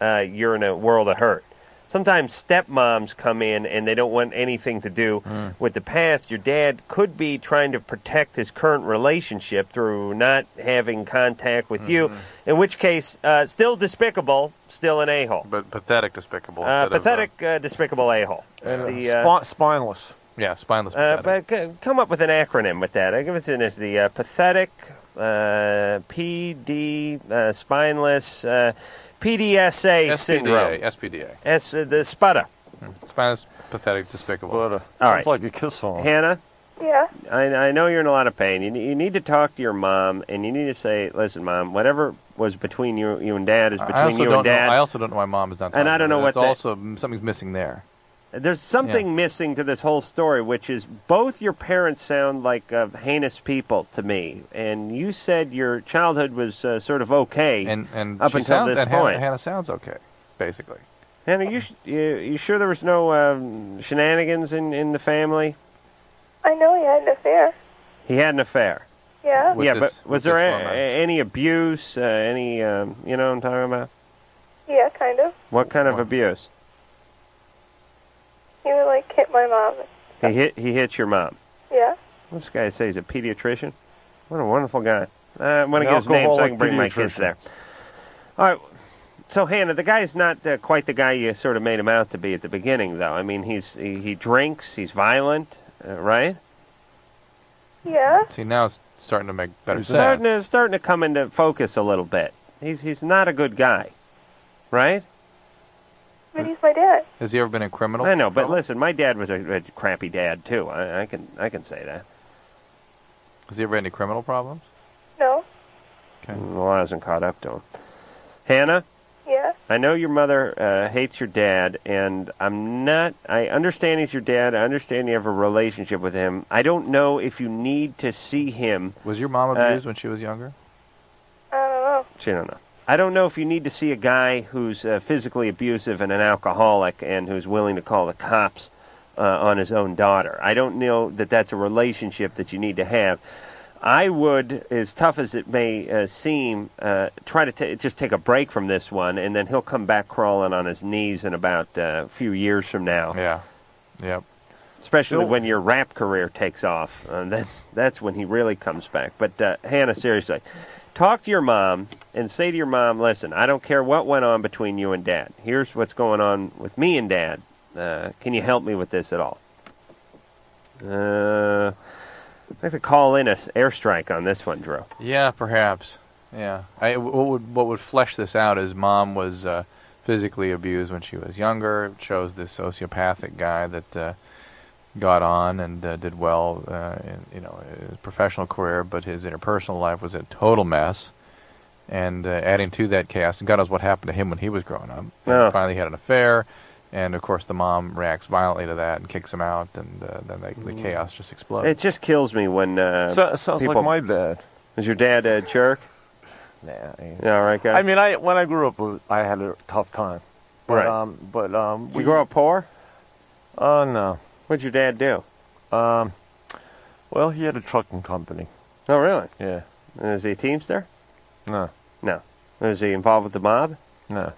uh, you're in a world of hurt. Sometimes stepmoms come in and they don't want anything to do Hmm. with the past. Your dad could be trying to protect his current relationship through not having contact with you, Hmm. in which case, uh, still despicable, still an a hole. But pathetic, despicable. Uh, instead of, pathetic, uh, despicable a hole. And The, uh, uh, spi- spineless. Yeah, spineless. uh, but c- come up with an acronym with that. I give it to this the uh, pathetic, uh, PD, uh, spineless, uh, PDSA syndrome. SPDA. SPDA. S- uh, the sputter. Spineless, pathetic, despicable. All right. like a kiss song. Hannah, Yeah. I, I know you're in a lot of pain. You, ne- you need to talk to your mom, and you need to say, "Listen, mom, whatever was between you, you and dad is I between also you don't and dad." know. I also don't know why mom is not. And I talking don't know about it. what It's also something's missing there. There's something missing to this whole story, which is both your parents sound like uh, heinous people to me, and you said your childhood was uh, sort of okay and, and up she until sounds, this and Hannah- point. Hannah, sounds okay, basically. Hannah, you, sh- you you sure there was no um, shenanigans in in the family? I know he had an affair. He had an affair. Yeah. yeah, this- but was with there this a- woman. a- any abuse? Uh, any um, you know what I'm talking about? Yeah, kind of. What kind of abuse? He would like hit my mom. He hit he hits your mom. Yeah. What's this guy say? He's a pediatrician. What a wonderful guy. Uh, I'm going to get his name so I alcoholic can bring my kids pediatrician. there. All right. So Hannah, the guy's not uh, quite the guy you sort of made him out to be at the beginning, though. I mean, he's he, he drinks, he's violent, uh, right? Yeah. See, now it's starting to make better He's sense. starting to starting to come into focus a little bit. He's he's not a good guy, right? videos of my dad. Has he ever been a criminal? I know, but listen, my dad was a, a crappy dad too. I, I can I can say that. Has he ever had any criminal problems? No. Okay. Well, I wasn't caught up to him. Hannah. Yeah. I know your mother uh, hates your dad, and I'm not. I understand he's your dad. I understand you have a relationship with him. I don't know if you need to see him. Was your mom Uh, abused when she was younger? She don't know. I don't know if you need to see a guy who's uh, physically abusive and an alcoholic and who's willing to call the cops uh, on his own daughter. I don't know that that's a relationship that you need to have. I would, as tough as it may uh, seem, uh, try to ta just take a break from this one, and then he'll come back crawling on his knees in about uh, a few years from now. Yeah, yep. Especially Bill- when your rap career takes off, uh, that's that's when he really comes back. But uh, Hannah, seriously, talk to your mom and say to your mom, "Listen, I don't care what went on between you and Dad. Here's what's going on with me and Dad. Uh, can you help me with this at all?" Uh, I have to call in a s- airstrike on this one, Drew. Yeah, perhaps. Yeah. I, what would what would flesh this out is mom was uh, physically abused when she was younger. It shows this sociopathic guy that uh, got on and uh, did well, uh, in, you know, his professional career, but his interpersonal life was a total mess. And uh, adding to that chaos, and God knows what happened to him when he was growing up. Yeah. Finally, he had an affair, and of course, the mom reacts violently to that and kicks him out, and uh, then they, the chaos just explodes. It just kills me when uh, So- sounds like people- my dad. Is your dad a jerk? Nah. I- Yeah, all right, guy. I mean, I when I grew up, I had a tough time. But, Right. Um, but um, you grow up poor? Oh no. What'd your dad do? Um, well, he had a trucking company. Oh, really? Yeah. Is he a teamster? No. No. Is he involved with the mob? No.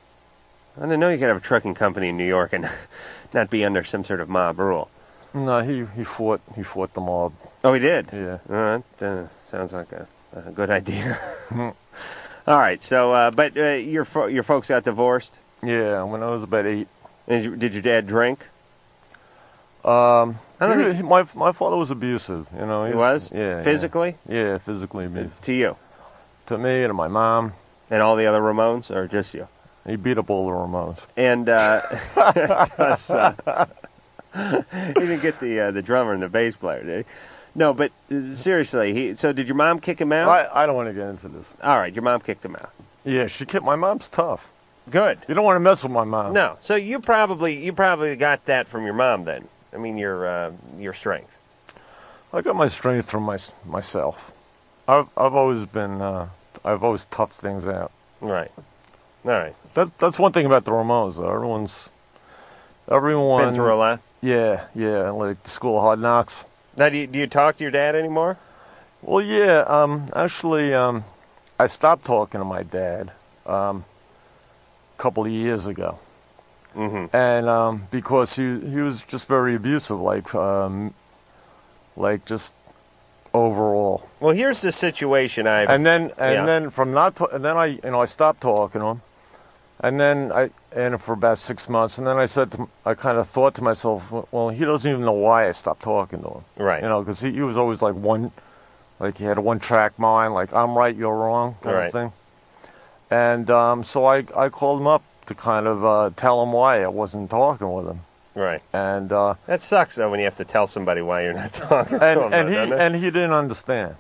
I didn't know you could have a trucking company in New York and not be under some sort of mob rule. No, he he fought he fought the mob. Oh, he did. Yeah. All right. Uh, sounds like a, a good idea. All right. So, uh, but uh, your fo- your folks got divorced. Yeah, when I was about eight. Did, you, did your dad drink? Um, I don't he- think- he- my my father was abusive. You know, He was? Yeah. yeah. Physically? Yeah, physically abusive. To you? To me and to my mom. And all the other Ramones, or just you? He beat up all the Ramones. And uh, 'cause, uh, he didn't get the uh, the drummer and the bass player, did he? No, but uh, seriously, he. So did your mom kick him out? I, I don't want to get into this. All right, your mom kicked him out. Yeah, she kept my mom's tough. Good. You don't want to mess with my mom. No, so you probably you probably got that from your mom then. I mean your uh, your strength. I got my strength from my, myself. I've I've always been uh, I've always toughed things out. Right. All right. That that's one thing about the Ramones though. Everyone's everyone Been through a lot. Yeah, yeah, like school of hard knocks. Now do you, do you talk to your dad anymore? Well, yeah. Um, actually, um, I stopped talking to my dad um, a couple of years ago, mm-hmm. and um, because he he was just very abusive, like um, like just overall. Well, here's the situation I and then and Yeah. then from not ta- and then I you know I stopped talking to him, and then I and for about six months, and then I said to, m- I kind of thought to myself, "Well, well, he doesn't even know why I stopped talking to him, Right. You know, because he, he was always like one, like he had a one track mind, like I'm right, you're wrong, kind Right. of thing. And um, so I I called him up to kind of uh, tell him why I wasn't talking with him, Right. and uh, That sucks though when you have to tell somebody why you're not talking. to and, them, and he doesn't it? and he didn't understand.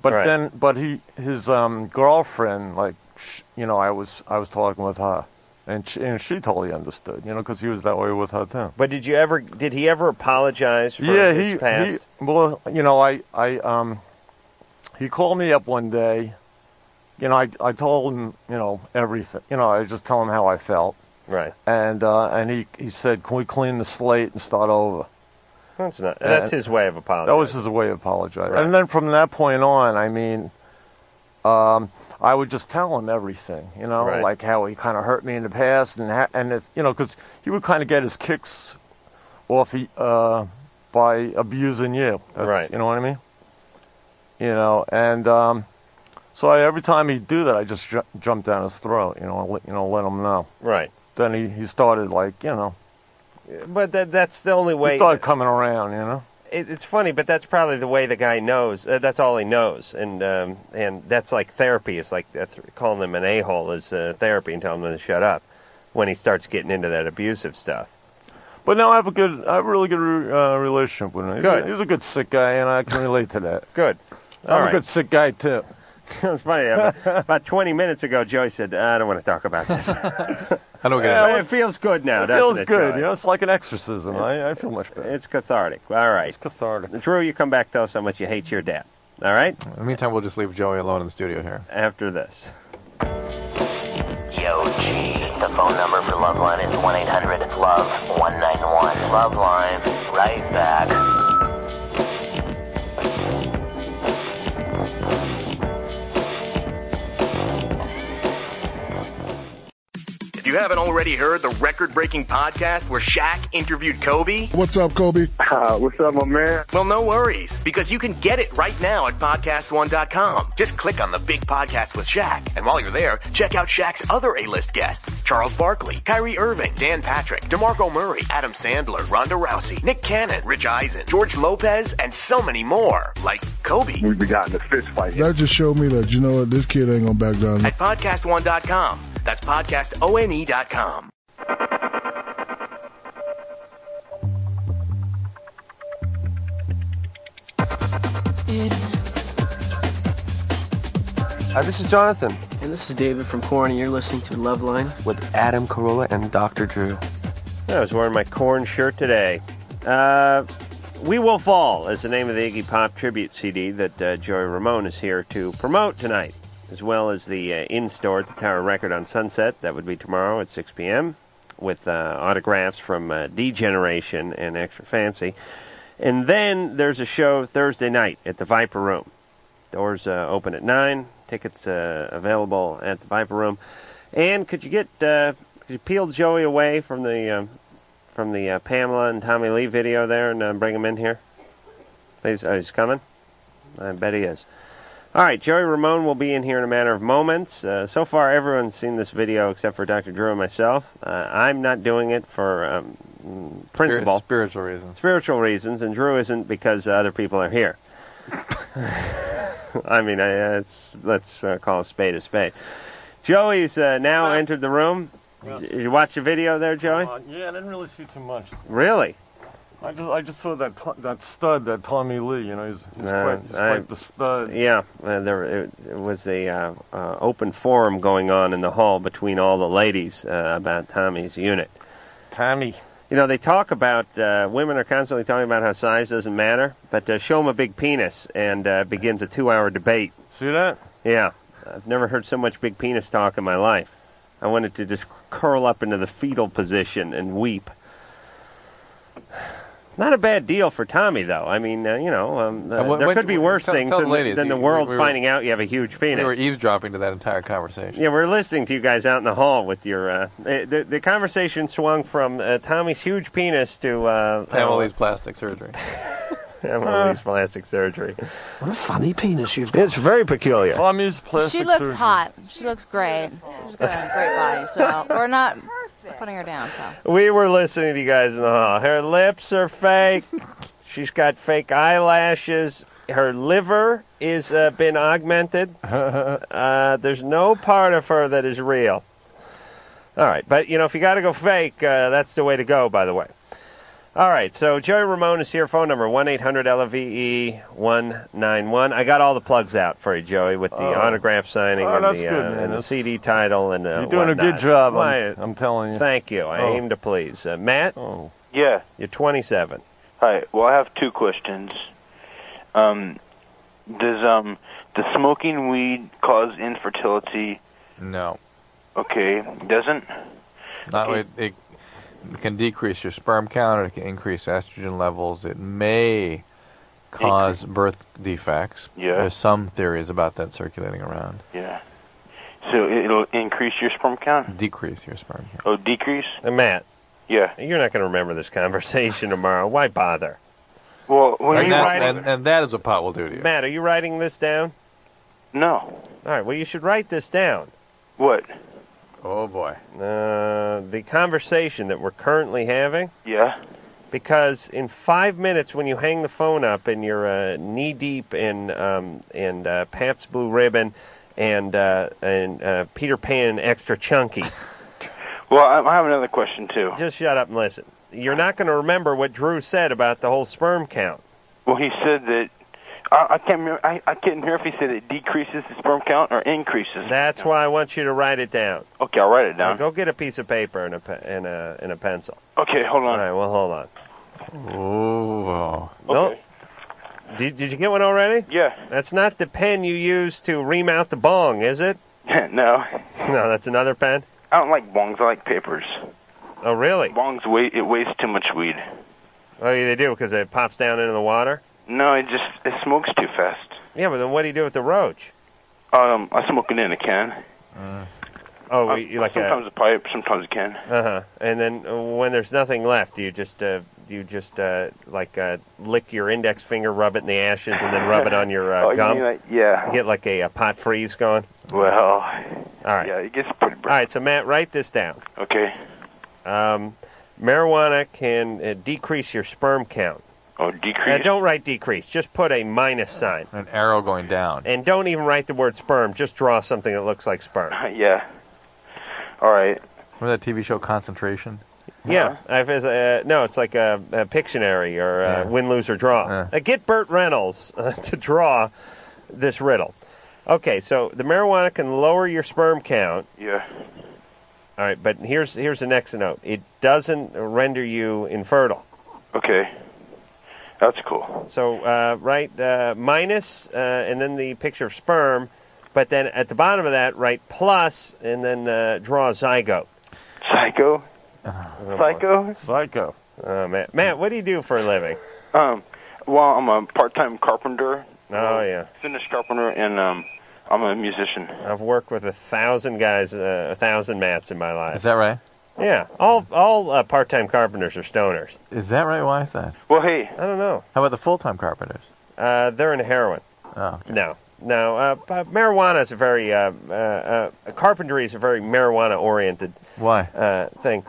But Right. then, but he his um girlfriend like sh you know I was I was talking with her, and she, and she totally understood you know because he was that way with her too. But did you ever did he ever apologize for yeah, his he, past? he well you know I I um he called me up one day, you know I I told him you know everything you know I just told him how I felt. Right. And uh, and he he said, can we clean the slate and start over? That's not. That's And- his way of apologizing. That was his way of apologizing. Right. And then from that point on, I mean, um, I would just tell him everything, you know, Right. like how he kind of hurt me in the past, and ha- and if you know, because he would kind of get his kicks off he, uh, by abusing you. That's- Right. You know what I mean? You know, and um, so I, every time he'd do that, I just ju- jumped down his throat, you know, and let, you know, let him know. Right. Then he, he started like you know, But that that's the only way. he started coming around, you know. it, it's funny, but that's probably the way the guy knows. Uh, that's all he knows, and um, and that's like therapy. It's like uh, th- calling them an a hole is uh, therapy and telling them to shut up. when he starts getting into that abusive stuff. But no, I have a good, I have a really good re- uh, relationship with him. He's, Good. A, he's a good sick guy, and I can relate to that. Good. I'm All a right. good sick guy too. it was funny. About, about 20 minutes ago, Joey said, I don't want to talk about this. I don't get it. it feels good now, it doesn't feels it, good. Joey? You know, it's like an exorcism. I, I feel much better. It's cathartic. All right. It's cathartic. Drew, you come back, tell us how much you hate your dad. All right? In the meantime, we'll just leave Joey alone in the studio here. After this. Yo, G. The phone number for Loveline is 1 800. It's Love 191. Loveline, right back. If you haven't already heard the record-breaking podcast where Shaq interviewed Kobe, What's up, Kobe? Uh, what's up, my man? Well, no worries, because you can get it right now at podcast1.com. Just click on the big podcast with Shaq, and while you're there, check out Shaq's other A-list guests. Charles Barkley, Kyrie Irving, Dan Patrick, DeMarco Murray, Adam Sandler, Ronda Rousey, Nick Cannon, Rich Eisen, George Lopez, and so many more, like Kobe. We've got in a fist fight. That just showed me that you know what this kid ain't gonna back down. At podcast1.com. That's E podcastone.com. Hi, this is Jonathan. And this is David from Corn, and you're listening to Loveline with Adam Carolla and Dr. Drew. I was wearing my corn shirt today. Uh, we Will Fall is the name of the Iggy Pop tribute CD that uh, Joey Ramone is here to promote tonight, as well as the uh, in store at the Tower Record on Sunset. That would be tomorrow at 6 p.m. with uh, autographs from uh, D Generation and Extra Fancy. And then there's a show Thursday night at the Viper Room. Doors uh, open at 9. Tickets uh, available at the Viper Room. And could you get uh, could you peel Joey away from the um, from the uh, Pamela and Tommy Lee video there and uh, bring him in here? Please, oh, he's coming. I bet he is. All right, Joey Ramone will be in here in a matter of moments. Uh, so far, everyone's seen this video except for Dr. Drew and myself. Uh, I'm not doing it for um, mm, principle, spiritual reasons. spiritual reasons, and Drew isn't because uh, other people are here. I mean, I, uh, it's, let's uh, call a spade a spade. Joey's uh, now entered the room. Yes. Did you watch the video there, Joey? Uh, yeah, I didn't really see too much. Really? I just, I just saw that to- that stud, that Tommy Lee. You know, he's, he's Uh, quite, he's I- quite the stud. Yeah, uh, there it, it was a uh, uh, open forum going on in the hall between all the ladies uh, about Tommy's unit. Tommy. You know, they talk about uh, women are constantly talking about how size doesn't matter, but uh, show them a big penis and uh, begins a two-hour debate. See that? Yeah, I've never heard so much big penis talk in my life. I wanted to just curl up into the fetal position and weep. Not a bad deal for Tommy, though. I mean, uh, you know, um, uh, And what- there what- could be worse tell- things tell the than, ladies, than the we- world we were- finding out you have a huge penis. We were eavesdropping to that entire conversation. Yeah, we're listening to you guys out in the hall with your. Uh, eh, the, the conversation swung from uh, Tommy's huge penis to uh, Pamela Lee's plastic surgery. Pamela Lee's plastic surgery. What a funny penis you've It's very peculiar. Tommy's she looks hot. She looks great. She's got a great body. So we're not putting her down. So. We were listening to you guys in the hall. Her lips are fake. She's got fake eyelashes. Her liver is uh, been augmented. Uh, there's no part of her that is real. All right, but you know if you got to go fake, uh, that's the way to go. By the way. All right, so Joey Ramone is here. Phone number one eight hundred LVE E one nine one. I got all the plugs out for you, Joey, with the Oh. autograph signing Oh, and, that's the, good, uh, man. and the That's- CD title and uh, You're doing a whatnot. good job. Why- I'm, I'm telling you. Thank you. I Oh. aim to please. Uh, Matt? Oh. Yeah. You're 27. Hi. Well, I have two questions. Um, does um does smoking weed cause infertility? No. Okay, doesn't. Not it, it can decrease your sperm count. It can increase estrogen levels. It may cause birth defects. Yeah. There's some theories about that circulating around. Yeah. So it'll increase your sperm count. Decrease your sperm count. Oh, decrease. Uh, Matt? Yeah. You're not going to remember this conversation tomorrow. Why bother? Well, when and, you that's- write it- and, and that is what pot will do to you. Matt, are you writing this down? No. All right, well, you should write this down. What? Oh, boy. Uh, the conversation that we're currently having. Yeah. Because in five minutes, when you hang the phone up and you're uh, knee deep in um, in uh, Pabst Blue Ribbon and uh, and uh, Peter Pan Extra Chunky, Well, I I have another question too. Just shut up and listen. You're not going to remember what Drew said about the whole sperm count. Well, he said that I, I can't remember. I, I couldn't hear if he said it decreases the sperm count or increases. That's why I want you to write it down. Okay, I'll write it Now down. go get a piece of paper and a pe- and a and a pencil. Okay, hold All on. right, well, hold on. Oh. No. Did, did you get one already? Yeah. That's not the pen you use to remount the bong, is it? no. No, that's another pen. I don't like bongs. I like papers. Oh, really? Bongs weigh it weighs too much weed. Oh, yeah, they do because it pops down into the water. No, it just it smokes too fast. Yeah, but then what do you do with the roach? Um, I smoke it in a can. Oh, I- you like Uh, sometimes a, pipe, sometimes a can. Uh huh. And then uh, when there's nothing left, do you just uh, do you just uh, like uh, lick your index finger, rub it in the ashes, and then rub it on your uh, Oh, you gum? mean like- yeah. Get like a, uh pot freeze going. Well, all right. Yeah, it gets pretty. All right, so Matt, write this down. Okay. Um, marijuana can uh, decrease your sperm count. Oh, Uh, decrease. don't write decrease. Just put a minus sign. An arrow going down. And don't even write the word sperm. Just draw something that looks like sperm. yeah. All right. Remember that TV show Concentration? Yeah, I've, uh, no, it's like a, a Pictionary or uh Yeah. win, lose, or draw. Uh, get Burt Reynolds uh, to draw this riddle. Okay, so the marijuana can lower your sperm count. Yeah. All right, but here's here's the next note. It doesn't render you infertile. Okay. That's cool. So uh, write uh, minus, uh, and then the picture of sperm, but then at the bottom of that write plus, and then uh, draw a zygote. Psycho. Uh-huh. Psycho. Psycho. Oh, man. Matt, what do you do for a living? Um, well, I'm a part-time carpenter. Oh yeah. Finished carpenter, and um, I'm a musician. I've worked with a thousand guys, uh, a thousand mats in my life. Is that right? Yeah, all all uh, part-time carpenters are stoners. Is that right? Why is that? Well, hey. I don't know. How about the full-time carpenters? Uh, they're in heroin. Oh. No, no. Uh, p- marijuana is a very uh, uh, uh, carpentry is a very marijuana-oriented. Why? Uh, thing.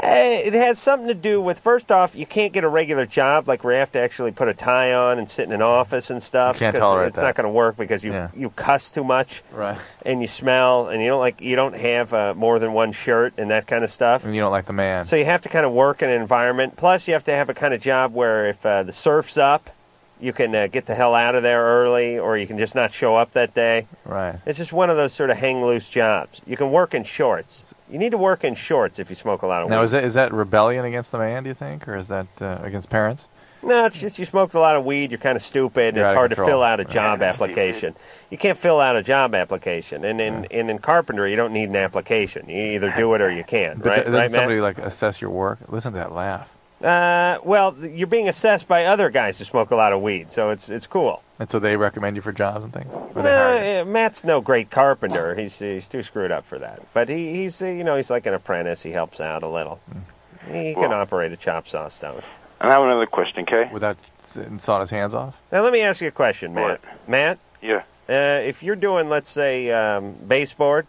Eh, It has something to do with first off, you can't get a regular job like where you have to actually put a tie on and sit in an office and stuff. You can't because tolerate It's that. not going to work because you Yeah. you cuss too much, Right. And you smell, and you don't like you don't have uh, more than one shirt and that kind of stuff. And you don't like the man. So you have to kind of work in an environment. Plus, you have to have a kind of job where if uh, the surf's up, you can uh, get the hell out of there early, or you can just not show up that day. Right. It's just one of those sort of hang loose jobs. You can work in shorts. You need to work in shorts if you smoke a lot of weed. Now, is that is that rebellion against the man? Do you think, or is that uh, against parents? No, it's just you smoked a lot of weed. You're kind of stupid. You're it's out of hard to control. fill out a job application. You can't fill out a job application, and in and in carpentry, you don't need an application. You either do it or you can't, But right? th- doesn't right, Matt? somebody like assess your work? Listen to that laugh. Uh, well, th- you're being assessed by other guys who smoke a lot of weed, so it's it's cool. And so they recommend you for jobs and things. Or Nah, they hire you? eh, Matt's no great carpenter. He's he's too screwed up for that. But he he's uh, you know he's like an apprentice. He helps out a little. Hmm. He can Well- operate a chop saw stone. And I have another question, okay? Without and sawed his hands off. Now let me ask you a question, Matt. Matt, Yeah. uh, if you're doing let's say um, baseboard,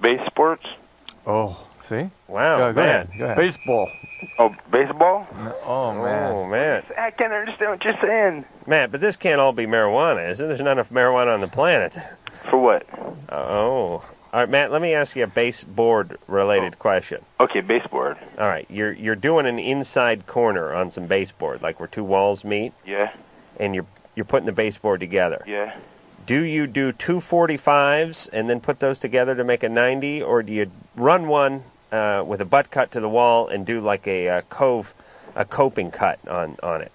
Baseboards. Oh, see. Wow, Go, go man. ahead. Go ahead. Baseball. Oh, baseball. Oh man. Oh man, I can't understand what you're saying. Matt, but this can't all be marijuana, is it? There's not enough marijuana on the planet. For what? Oh. All right, Matt. Let me ask you a baseboard related question. Oh. Okay, baseboard. All right, you're you're doing an inside corner on some baseboard, like where two walls meet, Yeah. and you're you're putting the baseboard together. Yeah. Do you do two forty fives and then put those together to make a ninety, or do you run one uh, with a butt cut to the wall and do like a, uh cove, a coping cut on on it?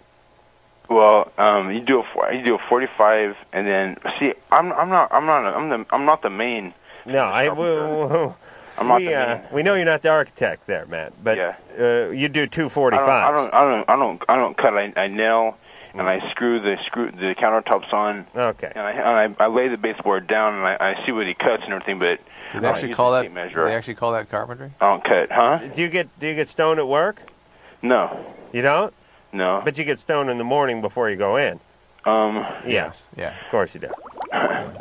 Well, um, you do a four- you do a 45, and then see, I'm I'm not I'm not I'm the I'm not the main. No, I I'm not we, the uh, we know you're not the architect there, Matt, but uh, you do two forty I fives. don't, I don't, I don't, I don't cut. I, I nail and I screw the screw the countertops on. Okay. And I and I, I lay the baseboard down and I, I see what he cuts and everything, but Do they I don't actually use call the that? tape measure. do They actually call that carpentry. I don't cut, huh? Do you get do you get stoned at work? No, You don't? no. But you get stoned in the morning before you go in. Um. Yes. Yeah. Of course you do. yeah.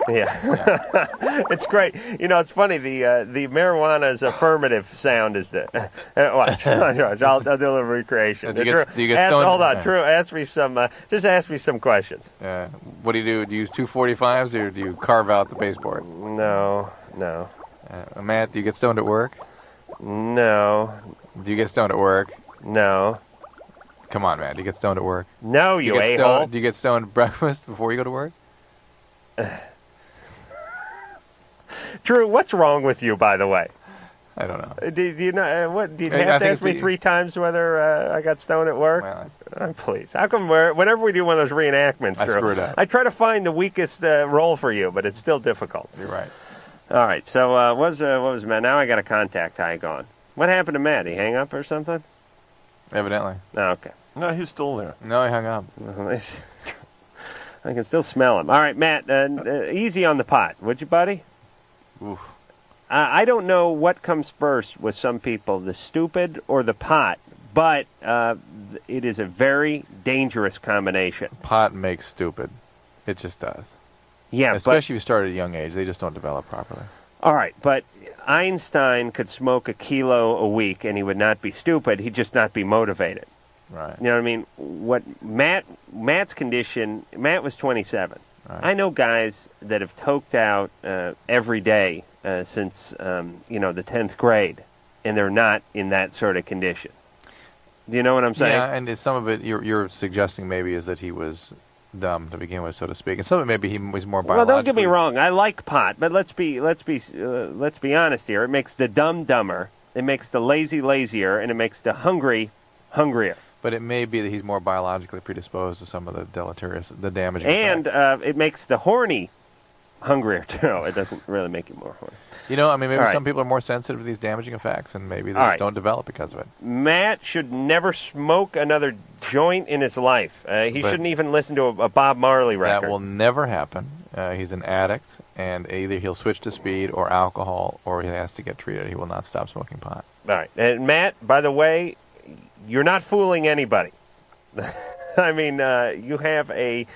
it's great. You know, it's funny. The uh, the marijuana's affirmative sound is the. Uh, watch, watch, watch. I'll, I'll do a little recreation. Do you get- Drew, do you get ask- stoned? Hold on, Yeah. Drew. Ask me some. Uh, just ask me some questions. Uh, what do you do? Do you use two forty fives or do you carve out the baseboard? No, no. Uh, Matt, do you get stoned at work? No. Do you get stoned at work? No. Come on, man. Do you get stoned at work? No, Do you get a-hole. stoned- Do you get stoned at breakfast before you go to work? Drew, what's wrong with you, by the way? I don't know. Uh, Do, do you know uh, what? Do you I- I have think to ask it's me the- three times whether uh, I got stoned at work? Uh, please. How come we're, whenever we do one of those reenactments, I Drew, screwed up. I try to find the weakest uh, role for you, but it's still difficult. You're right. All right. So uh, what was uh, what was Matt? Now I got a contact high gone. What happened to Matt? He hang up or something? Evidently. Oh, okay. No, he's still there. No, he hung up. I can still smell him. All right, Matt. Uh, uh, easy on the pot, would you, buddy? Oof. Uh, I don't know what comes first with some people, the stupid or the pot, but uh, th- it is a very dangerous combination. Pot makes stupid. It just does. Yeah, Especially if you start at a young age, they just don't develop properly. All right, but Einstein could smoke a kilo a week and he would not be stupid. He'd just not be motivated. Right. You know what I mean? What Matt Matt's condition? Matt was 27. I know guys that have toked out uh, every day uh, since um, you know the 10th grade, and they're not in that sort of condition. Do you know what I'm saying? Yeah, and it's- some of it you're, you're suggesting maybe is that he was dumb to begin with, so to speak, and some of it maybe he was more Well, biologically. don't get me wrong. I like pot, but let's be let's be uh, let's be honest here. It makes the dumb dumber. It makes the lazy lazier, and it makes the hungry hungrier. But it may be that he's more biologically predisposed to some of the deleterious, the damaging. And uh, it makes the horny hungrier too. It doesn't really make you more horny. You know, I mean, maybe All right. some people are more sensitive to these damaging effects, and maybe they All just right. don't develop because of it. Matt should never smoke another joint in his life. Uh, he But- shouldn't even listen to a, a Bob Marley record. That will never happen. Uh, he's an addict, and either he'll switch to speed or alcohol, or he has to get treated. He will not stop smoking pot. All right. And Matt, by the way, you're not fooling anybody. I mean, uh, you have a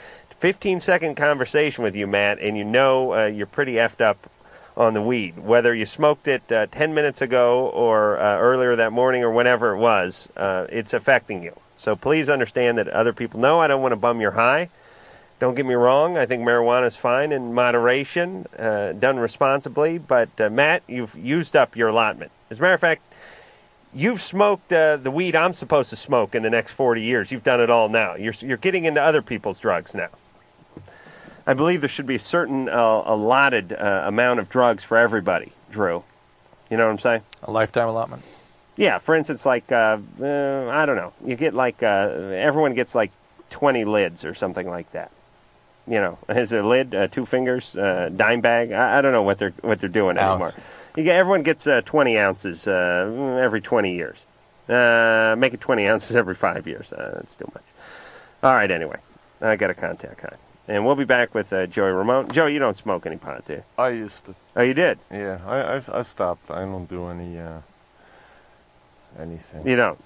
15 second conversation with you, Matt, and you know uh, you're pretty effed up on the weed. Whether you smoked it uh, 10 minutes ago or uh, earlier that morning or whenever it was, uh, it's affecting you. So please understand that other people know. I don't want to bum your high. Don't get me wrong. I think marijuana is fine in moderation, uh, done responsibly. But uh, Matt, you've used up your allotment. As a matter of fact, you've smoked uh, the weed I'm supposed to smoke in the next 40 years. You've done it all now. You're you're getting into other people's drugs now. I believe there should be a certain uh, allotted uh, amount of drugs for everybody, Drew. You know what I'm saying? A lifetime allotment. Yeah, for instance, like uh, uh, I don't know, you get like uh, everyone gets like twenty lids or something like that. You know, is it a lid, uh, two fingers, uh, dime bag? I, I don't know what they're what they're doing Ounce. anymore. You get, everyone gets uh, twenty ounces uh, every twenty years. Uh, make it twenty ounces every five years. Uh, that's too much. All right, anyway, I got a contact high, and we'll be back with uh, Joey Ramone. Joey, you don't smoke any pot, do you? I used to. Oh, you did. Yeah, I, I, I stopped. I don't do any uh, anything. You don't.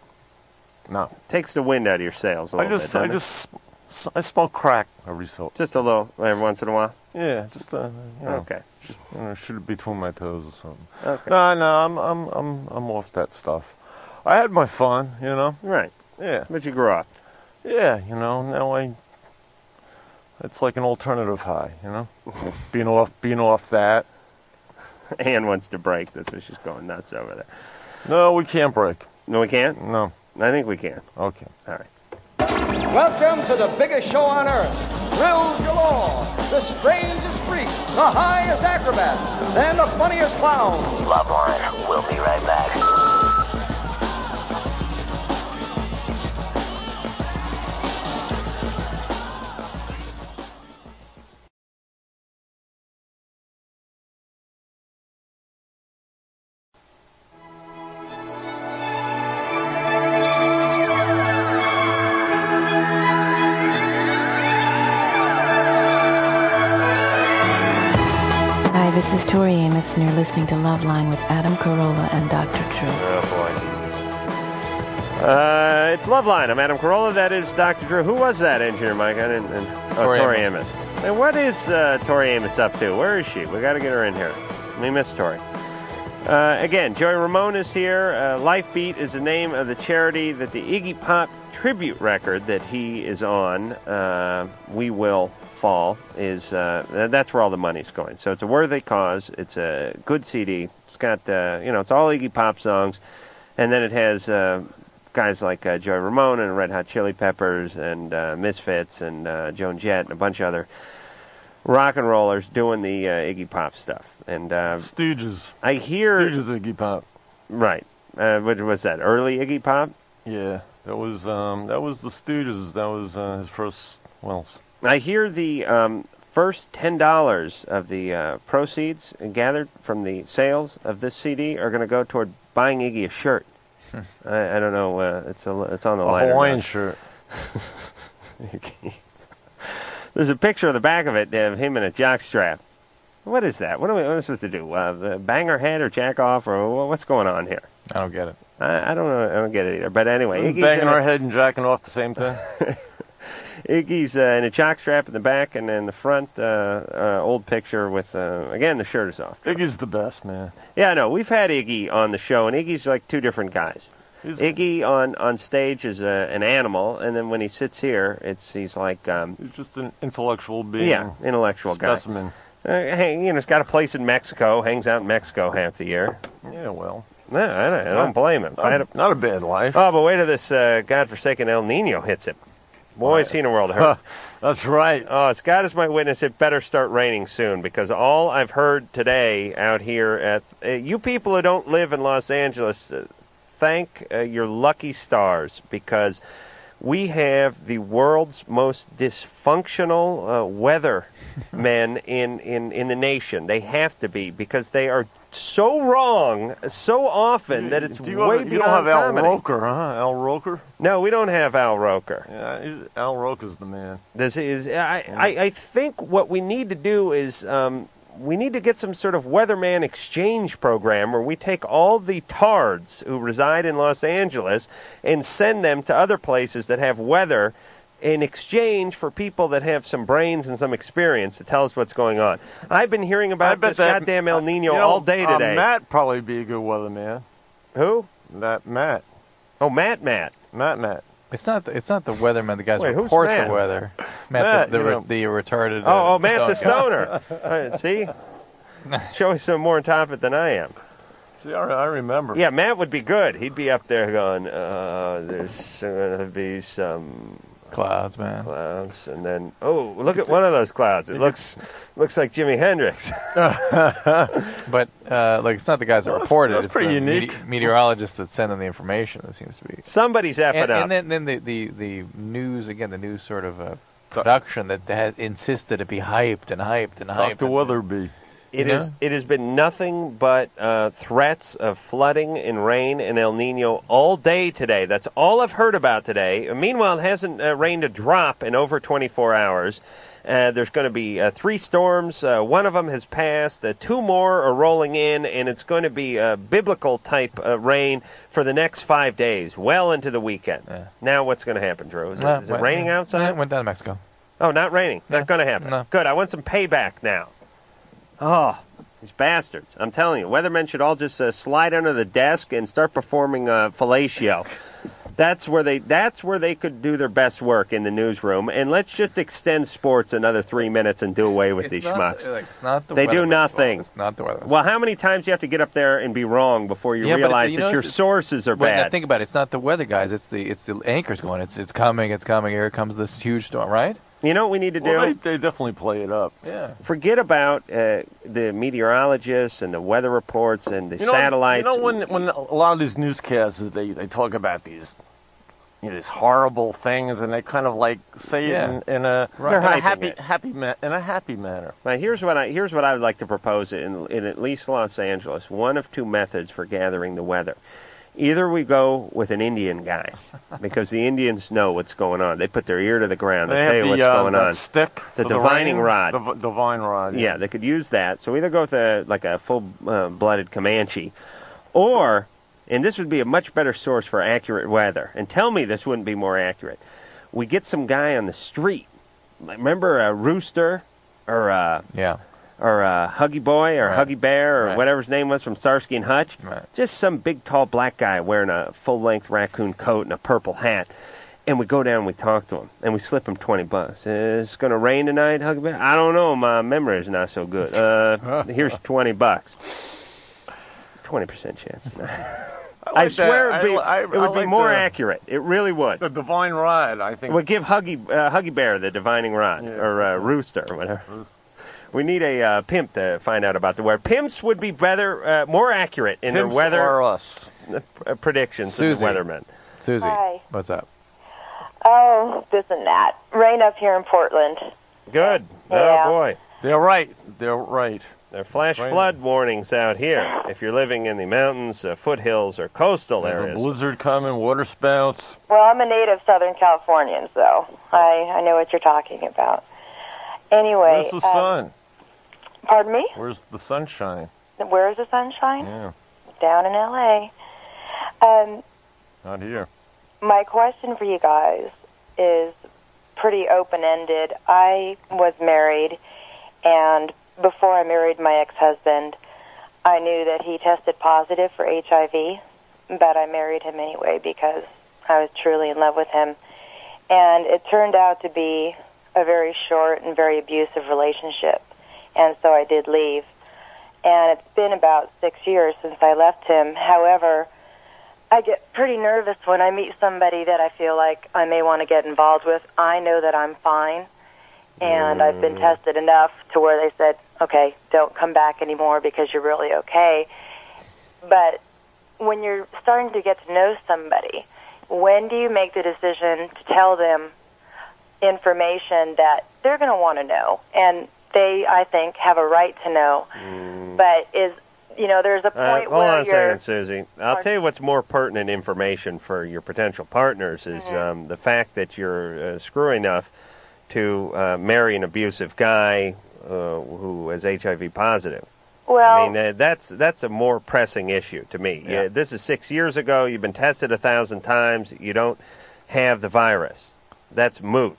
No. Takes the wind out of your sails a I little just bit. I doesn't it? just s- I smoke crack every so. Just a little every once in a while. Yeah, just uh, you know, Okay. sh- you know, shoot Uh, it between my toes or something. Okay. No, no, I'm I'm I'm I'm off that stuff. I had my fun, you know. Right. Yeah. But you grew up. Yeah, you know. Now I. It's like an alternative high, you know. being off, being off that. Anne wants to break. That's why she's going nuts over there. No, we can't break. No, we can't. No. I think we can. Okay. All right. Welcome to the biggest show on earth. Thrills galore, the strangest freaks, the highest acrobats, and the funniest clowns. Loveline, we'll be right back. Hi, this is Tori Amos, and you're listening to Loveline with Adam Carolla and Dr. Drew. Oh boy. Uh, it's Loveline. I'm Adam Carolla. That is Dr. Drew. Who was that engineer, Mike? I didn't. And, oh, Tori Tori, Amos. And what is uh, Tori Amos up to? Where is she? We got to get her in here. We miss Tori. Uh, again, Joey Ramone is here. Uh, Lifebeat is the name of the charity that the Iggy Pop tribute record that he is on, uh, We Will Fall, is uh, that's where all the money's going. So it's a worthy cause. It's a good CD. It's got uh, you know it's all Iggy Pop songs, and then it has uh, guys like uh, Joey Ramone and Red Hot Chili Peppers and uh, Misfits and uh, Joan Jett and a bunch of other rock and rollers doing the uh, Iggy Pop stuff. And uh, Stooges. I hear Stooges Iggy Pop. Right. Uh, what was that? Early Iggy Pop. Yeah, that was um, that was the Stooges. That was uh, his first. Well, s- I hear the um, first ten dollars of the uh, proceeds gathered from the sales of this CD are going to go toward buying Iggy a shirt. I, I don't know. Uh, it's a, it's on the Hmm. a line. Hawaiian shirt. There's a picture of the back of it of him in a jockstrap. What is that? What are we, what are we supposed to do? Uh, the bang her head or jack off or wha- what's going on here? I don't get it. I, I don't know. I don't get it either. But anyway, Iggy's Banging in our a- head and jacking off the same thing. Iggy's uh, in a jock strap in the back, and in the front, uh, uh, old picture with uh, again the shirt is off. Iggy's the best man. Yeah, no, we've had Iggy on the show, and Iggy's like two different guys. Iggy on on stage is a, an animal, and then when he sits here, it's he's like um, he's just an intellectual being. Yeah, intellectual Specimen. guy. Uh, hang, you know, he's got a place in Mexico, hangs out in Mexico half the year. Yeah, well. No, I don't, I don't blame him. If I had Not a bad life. Oh, but wait till this uh, godforsaken El Nino hits him. Boy, is he in a world of hurt. That's right. Oh, as God is my witness, it better start raining soon because all I've heard today out here at uh, you people who don't live in Los Angeles, uh, thank uh, your lucky stars because we have the world's most dysfunctional uh, weather men in, in, in the nation. They have to be because they are so wrong so often that it's Do you, way have, beyond you don't have Al comedy. Roker, huh? Uh-huh, Al Roker? No, we don't have Al Roker. Yeah, he's, Al Roker's the man. This is I, I, I think what we need to do is um, we need to get some sort of weatherman exchange program where we take all the tards who reside in Los Angeles and send them to other places that have weather in exchange for people that have some brains and some experience to tell us what's going on. I've been hearing about this goddamn El Nino You know, all day uh, today. Matt probably be a good weatherman. Who? That Matt. Oh, Matt, Matt. Matt, Matt. It's not the, it's not the weatherman. The guys Wait, who's reports Matt? the weather. Matt, Matt, the, the, you re- know. the retarded. Oh, uh, oh, Matt the stone Stoner. Uh, see, Joey's some more on top of it than I am. See, I, I remember. Yeah, Matt would be good. He'd be up there going, uh, "There's gonna be some clouds, man, clouds," and then, oh, look at one of those clouds. It looks looks like Jimi Hendrix. but uh, like it's not the guys that reported. that's it's pretty the unique. mete- meteorologists that send them the information. It seems to be Somebody's effing and, up. And then, then the, the the news again, the news sort of uh, production that had insisted it be hyped and hyped and hyped. Dr. Weatherby. It Yeah. is. It has been nothing but uh, threats of flooding and rain and El Nino all day today. That's all I've heard about today. Meanwhile, it hasn't uh, rained a drop in over 24 hours. Uh, there's going to be uh, three storms. Uh, one of them has passed. Uh, two more are rolling in, and it's going to be uh, biblical type uh, rain for the next five days, well into the weekend. Now, what's going to happen, Drew? Is it, Uh, is it went- raining outside? Yeah, it went down to Mexico. Oh, not raining. Not going to happen. Good. I want some payback now. Oh, these bastards. I'm telling you, weathermen should all just uh, slide under the desk and start performing uh, fellatio. That's where they. That's where they could do their best work in the newsroom. And let's just extend sports another three minutes and do away with these not- schmucks. like, it's not the they do weatherman's fault. nothing. It's not the weather. Well, how many times do you have to get up there and be wrong before you Yeah, but realize you that your notice it- sources are Well, now bad? think about it. It's not the weather guys. It's the it's the anchors going. It's it's coming. It's coming. Here comes this huge storm. Right? You know what we need to do? Well, they, they definitely play it up. Yeah. Forget about uh, the meteorologists and the weather reports and the you know, satellites. You know when when a lot of these newscasts is they they talk about these you know, these horrible things and they kind of like say Yeah. it in, in a, They're in a hyping happy it. happy ma- in a happy manner. Now here's what I here's what I would like to propose in in at least Los Angeles. One of two methods for gathering the weather. Either we go with an Indian guy, because the Indians know what's going on. They put their ear to the ground. They, have tell you the, what's uh, going that on. stick, the for divining rain, rod. the v- divine rod. Yeah, they could use that. So either go with a like a full-blooded Comanche, or and this would be a much better source for accurate weather. And tell me this wouldn't be more accurate. We get some guy on the street. Like, Remember a rooster or a yeah. Or uh, Huggy Boy, or Huggy Bear, or Right. whatever his name was from Starsky and Hutch. Just some big, tall, black guy wearing a full-length raccoon coat and a purple hat. And we go down and we talk to him, and we slip him 20 bucks. "Uh, It's going to rain tonight, Huggy Bear? I don't know. My memory is not so good. Uh, here's 20 bucks. Twenty percent chance. I, I like swear that. it'd be, I- I- it would I be like more the- accurate. It really would. The divine rod, I think. Well, give Huggy uh, Huggy Bear the divining rod or uh, rooster or whatever. We need a uh, pimp to find out about the weather. Pimps would be better, uh, more accurate in Pimps their weather are us. uh, p- uh, predictions Susie. than the weathermen. Susie, Hi. what's up? Oh, this and that. Rain up here in Portland. Good. Yeah. Oh boy. They're right. They're right. There are flash flood warnings out here. If you're living in the mountains, uh, foothills, or coastal There's areas, a blizzard coming, water spouts. Well, I'm a native Southern Californian, so I, I know what you're talking about. Anyway, Where's the um, sun? pardon me? Where's the sunshine? Where is the sunshine? Yeah, Down in LA. Um, not here. my question for you guys is pretty open ended. I was married, and before I married my ex husband, I knew that he tested positive for HIV, but I married him anyway because I was truly in love with him. And it turned out to be a very short and very abusive relationship, and so I did leave. And it's been about six years since I left him. However, I get pretty nervous when I meet somebody that I feel like I may want to get involved with. I know that I'm fine, and I've been tested enough to where they said, okay, don't come back anymore because you're really okay. But when you're starting to get to know somebody, when do you make the decision to tell them information that they're going to want to know? And they, I think, have a right to know. Mm. But is, you know, there's a point Uh, hold where on a you're. second, Susie. I'll tell you what's more pertinent information for your potential partners is Mm-hmm. um, the fact that you're uh, screwy enough to uh, marry an abusive guy uh, who is HIV positive. Well, I mean uh, that's that's a more pressing issue to me. Yeah. this is six years ago. You've been tested a thousand times. You don't have the virus. That's moot.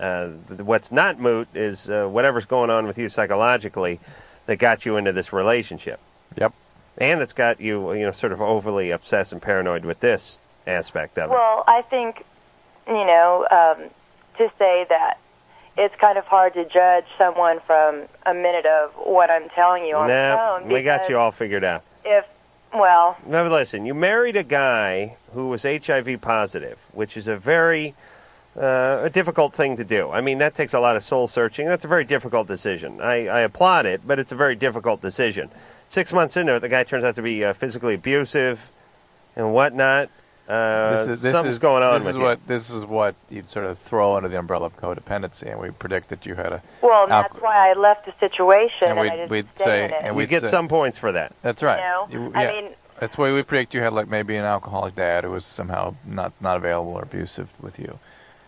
Uh, th- what's not moot is uh, whatever's going on with you psychologically that got you into this relationship. Yep. And it's got you, you know, sort of overly obsessed and paranoid with this aspect of it. Well, I think, you know, um, to say that it's kind of hard to judge someone from a minute of what I'm telling you on Nah, the phone. we got because you all figured out. If, well, Now listen, you married a guy who was HIV positive, which is a very uh, a difficult thing to do. I mean, that takes a lot of soul searching. That's a very difficult decision. I, I applaud it, but it's a very difficult decision. Six months into it, the guy turns out to be uh, physically abusive and whatnot. Uh, something's going on This with is you. what this is what you'd sort of throw under the umbrella of codependency, and we predict that you had a well, and alco- that's why I left the situation and and, we'd, I didn't we'd stay say in it. and You we'd get say- some points for that. That's right. You know? You- I yeah. mean- that's why we predict you had like maybe an alcoholic dad who was somehow not not available or abusive with you.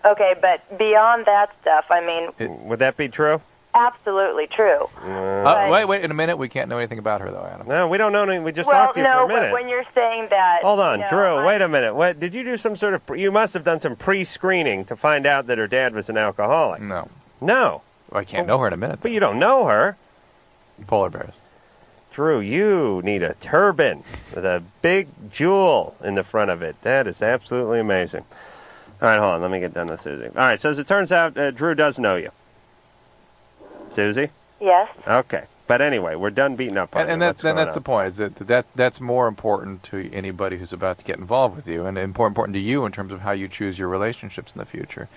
Okay, but beyond that stuff, I mean, Would that be true? absolutely true. Uh, wait, wait, in a minute. We can't know anything about her though, Adam. No, we don't know. anything. We just well, talked to you no, for a minute. but when you're saying that. Hold on, you know, Drew. I- wait a minute. What did you do? Some sort of pre- you must have done some pre-screening to find out that her dad was an alcoholic. No, no. I can't know her in a minute. But you don't know her. Polar bears. Drew, you need a turban with a big jewel in the front of it. That is absolutely amazing. All right, hold on. Let me get done with Susie. All right. So as it turns out, uh, Drew does know you. Susie. Yes. Okay. But anyway, we're done beating up on And, and you. that's What's then going that's on? the point is that that that's more important to anybody who's about to get involved with you, and important important to you in terms of how you choose your relationships in the future.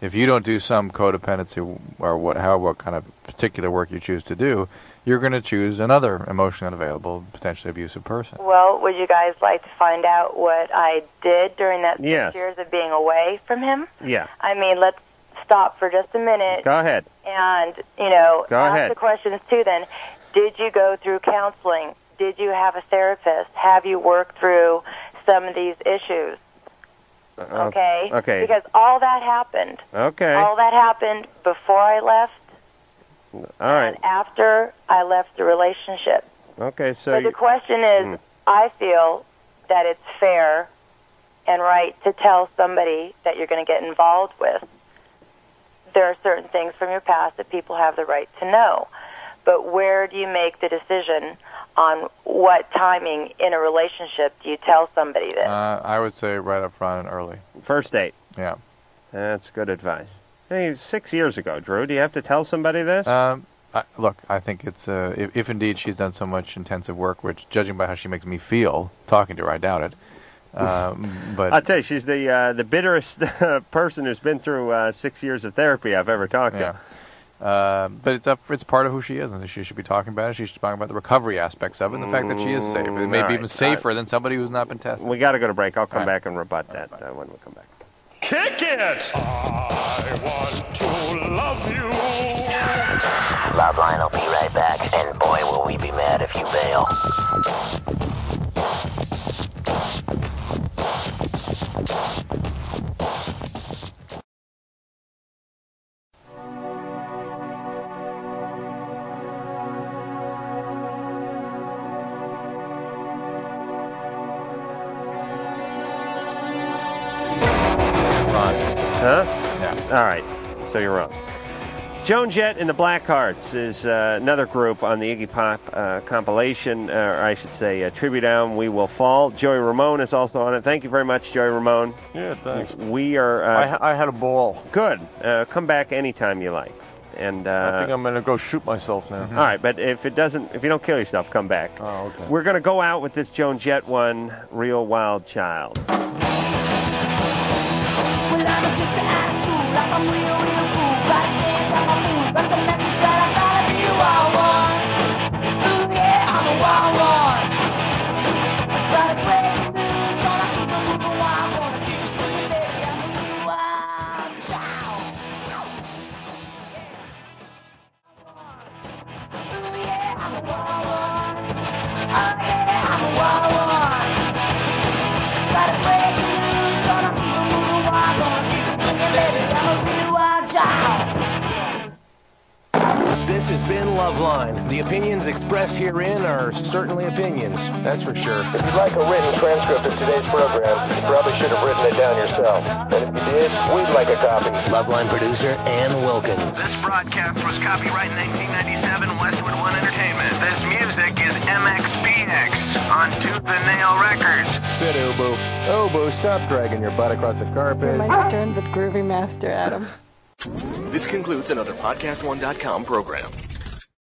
If you don't do some codependency or what how what kind of particular work you choose to do, you're going to choose another emotionally unavailable, potentially abusive person. Well, would you guys like to find out what I did during that six Yes. years of being away from him? Yeah. I mean, let's stop for just a minute Go ahead. and, you know, Go ask ahead. the questions too then. Did you go through counseling? Did you have a therapist? Have you worked through some of these issues? Uh, okay? Okay. Because all that happened. okay. All that happened before I left, All right. after I left the relationship. Okay. So So the you- question is, Hmm. I feel that it's fair and right to tell somebody that you're going to get involved with. There are certain things from your past that people have the right to know. But where do you make the decision on what timing in a relationship do you tell somebody that? Uh, I would say right up front and early. First date. Yeah. That's good advice. Hey, six years ago, Drew. Do you have to tell somebody this? Um, I, look, I think it's uh, if, if indeed she's done so much intensive work, which judging by how she makes me feel talking to her, I doubt it. Um, but I'll tell you, she's the uh, the bitterest person who's been through uh, six years of therapy I've ever talked to. Yeah. Uh, but it's up. It's part of who she is, and she should be talking about it. She should be talking about the recovery aspects of it, and the fact that she is safe. It may Mm, be all even right, safer than somebody who's not been tested. We got to go to break. I'll come All right. back and rebut that uh, when we come back. Kick it! I want to love you. Loveline will be right back, and boy, will we be mad if you bail. Wrong. Huh? Yeah. All right. So you're wrong. Joan Jett and the Blackhearts is uh, another group on the Iggy Pop uh, compilation, uh, or I should say, uh, Tribute Album, We Will Fall. Joey Ramone is also on it. Thank you very much, Joey Ramone. Yeah, thanks. We are. Uh, I, ha- I had a ball. Good. Uh, come back anytime you like. And uh, Mm-hmm. I think I'm going to go shoot myself now. all right, but if it doesn't, if you don't kill yourself, come back. Oh, okay. We're gonna go out with this Joan Jett one, "Real Wild Child." This has been Loveline. The opinions expressed herein are certainly opinions, that's for sure. If you'd like a written transcript of today's program, you probably should have written it down yourself. And if you did, we'd like a copy. Loveline producer Ann Wilkin. This broadcast was copyright 1997 Westwood One Entertainment. This music is MXPX on Tooth and Nail Records. Spit, Obo. Obo, stop dragging your butt across the carpet. My stern but groovy master, Adam. This concludes another PodcastOne.com program.